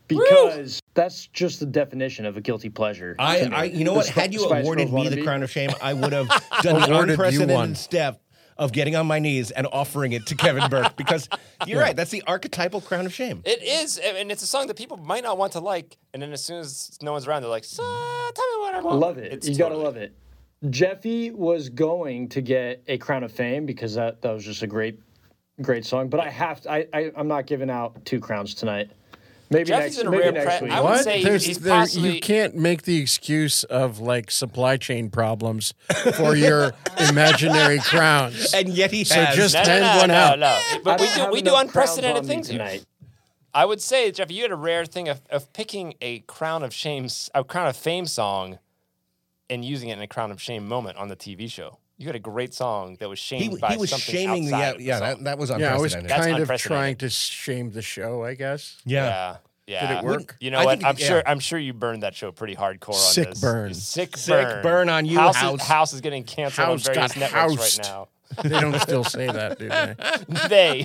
Speaker 11: because that's just the definition of a guilty pleasure.
Speaker 2: I,
Speaker 11: to me.
Speaker 2: I you know
Speaker 11: The
Speaker 2: what?
Speaker 11: Sp-
Speaker 2: Had you
Speaker 11: Spice
Speaker 2: awarded
Speaker 11: Girls
Speaker 2: me the
Speaker 11: wannabe.
Speaker 2: crown of shame, I would have done an
Speaker 4: Awarded you
Speaker 2: unprecedented
Speaker 4: one.
Speaker 2: step of getting on my knees and offering it to Kevin Burke because you're right. That's the archetypal crown of shame.
Speaker 3: It is, and and it's a song that people might not want to like. And then as soon as no one's around, they're like, so, "Tell me what I want."
Speaker 11: Love it.
Speaker 3: It's
Speaker 11: you
Speaker 3: totally-
Speaker 11: gotta love it. Jeffy was going to get a crown of fame because that, that was just a great, great song. But I have to. I, I I'm not giving out two crowns tonight. Maybe
Speaker 3: Jeffy's
Speaker 11: next.
Speaker 3: in a
Speaker 11: maybe
Speaker 3: rare
Speaker 11: next
Speaker 3: pre-
Speaker 11: week.
Speaker 3: I would
Speaker 4: What?
Speaker 3: say he-
Speaker 4: There's-
Speaker 3: he's
Speaker 4: there-
Speaker 3: possibly-
Speaker 4: you can't make the excuse of like supply chain problems for your imaginary crowns.
Speaker 2: And yet he
Speaker 4: So
Speaker 2: has.
Speaker 4: just-
Speaker 3: No, no,
Speaker 4: Stand
Speaker 3: no,
Speaker 4: one
Speaker 3: no,
Speaker 4: out.
Speaker 3: no.
Speaker 11: I
Speaker 3: But we
Speaker 11: don't
Speaker 3: do
Speaker 11: have
Speaker 3: we do
Speaker 11: enough crowns
Speaker 3: unprecedented
Speaker 11: on me
Speaker 3: things here.
Speaker 11: tonight.
Speaker 3: I would say, Jeff, you had a rare thing of, of picking a crown of shame, s- a crown of fame song, and using it in a crown of shame moment on the TV show. You had a great song that was
Speaker 2: he,
Speaker 3: shamed by
Speaker 2: he was
Speaker 3: something
Speaker 2: shaming the
Speaker 3: outside
Speaker 2: yeah,
Speaker 3: of the
Speaker 2: yeah
Speaker 3: song.
Speaker 2: that, that was
Speaker 4: Yeah, I was
Speaker 2: unprecedented.
Speaker 3: That's
Speaker 4: kind of
Speaker 3: unprecedented.
Speaker 4: trying to shame the show, I guess.
Speaker 2: yeah.
Speaker 3: yeah. Yeah.
Speaker 4: Did it work?
Speaker 3: You know
Speaker 2: I
Speaker 3: what?
Speaker 2: think it-
Speaker 3: I'm sure.
Speaker 2: yeah.
Speaker 3: I'm sure you burned that show pretty hardcore on
Speaker 4: Sick
Speaker 3: this.
Speaker 4: burn.
Speaker 3: Sick burn.
Speaker 2: Sick burn on you,
Speaker 3: House,
Speaker 2: House.
Speaker 3: Is, House is getting canceled
Speaker 4: House
Speaker 3: on various
Speaker 4: got
Speaker 3: networks
Speaker 4: housed.
Speaker 3: right now.
Speaker 4: They don't still say that, do they?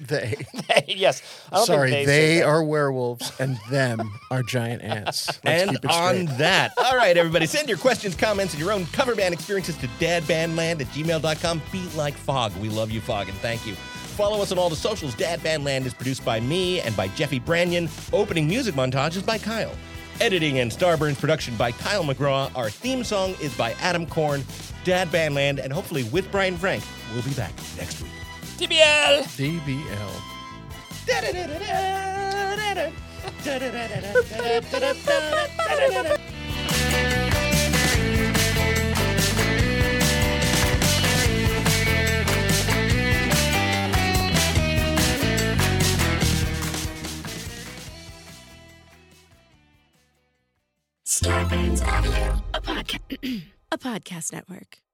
Speaker 3: They,
Speaker 4: They.
Speaker 3: yes. I don't
Speaker 4: Sorry,
Speaker 3: think
Speaker 4: they,
Speaker 3: they, say that.
Speaker 4: are werewolves and them are giant ants. Let's
Speaker 2: And
Speaker 4: keep it
Speaker 2: on
Speaker 4: straight.
Speaker 2: that, all right, everybody, send your questions, comments, and your own cover band experiences to dadbandland at gmail.com. Be like Fog. We love you, Fog, and thank you. Follow us on all the socials. Dad Bandland is produced by me and by Jeffy Branyon. Opening music montage is by Kyle. Editing and Starburns production by Kyle McGraw. Our theme song is by Adam Korn. Dad Bandland, and hopefully with Brian Frank, we'll be back next week.
Speaker 3: TBL.
Speaker 4: DBL.
Speaker 1: Starbane's Avenue, a, podca- a podcast network.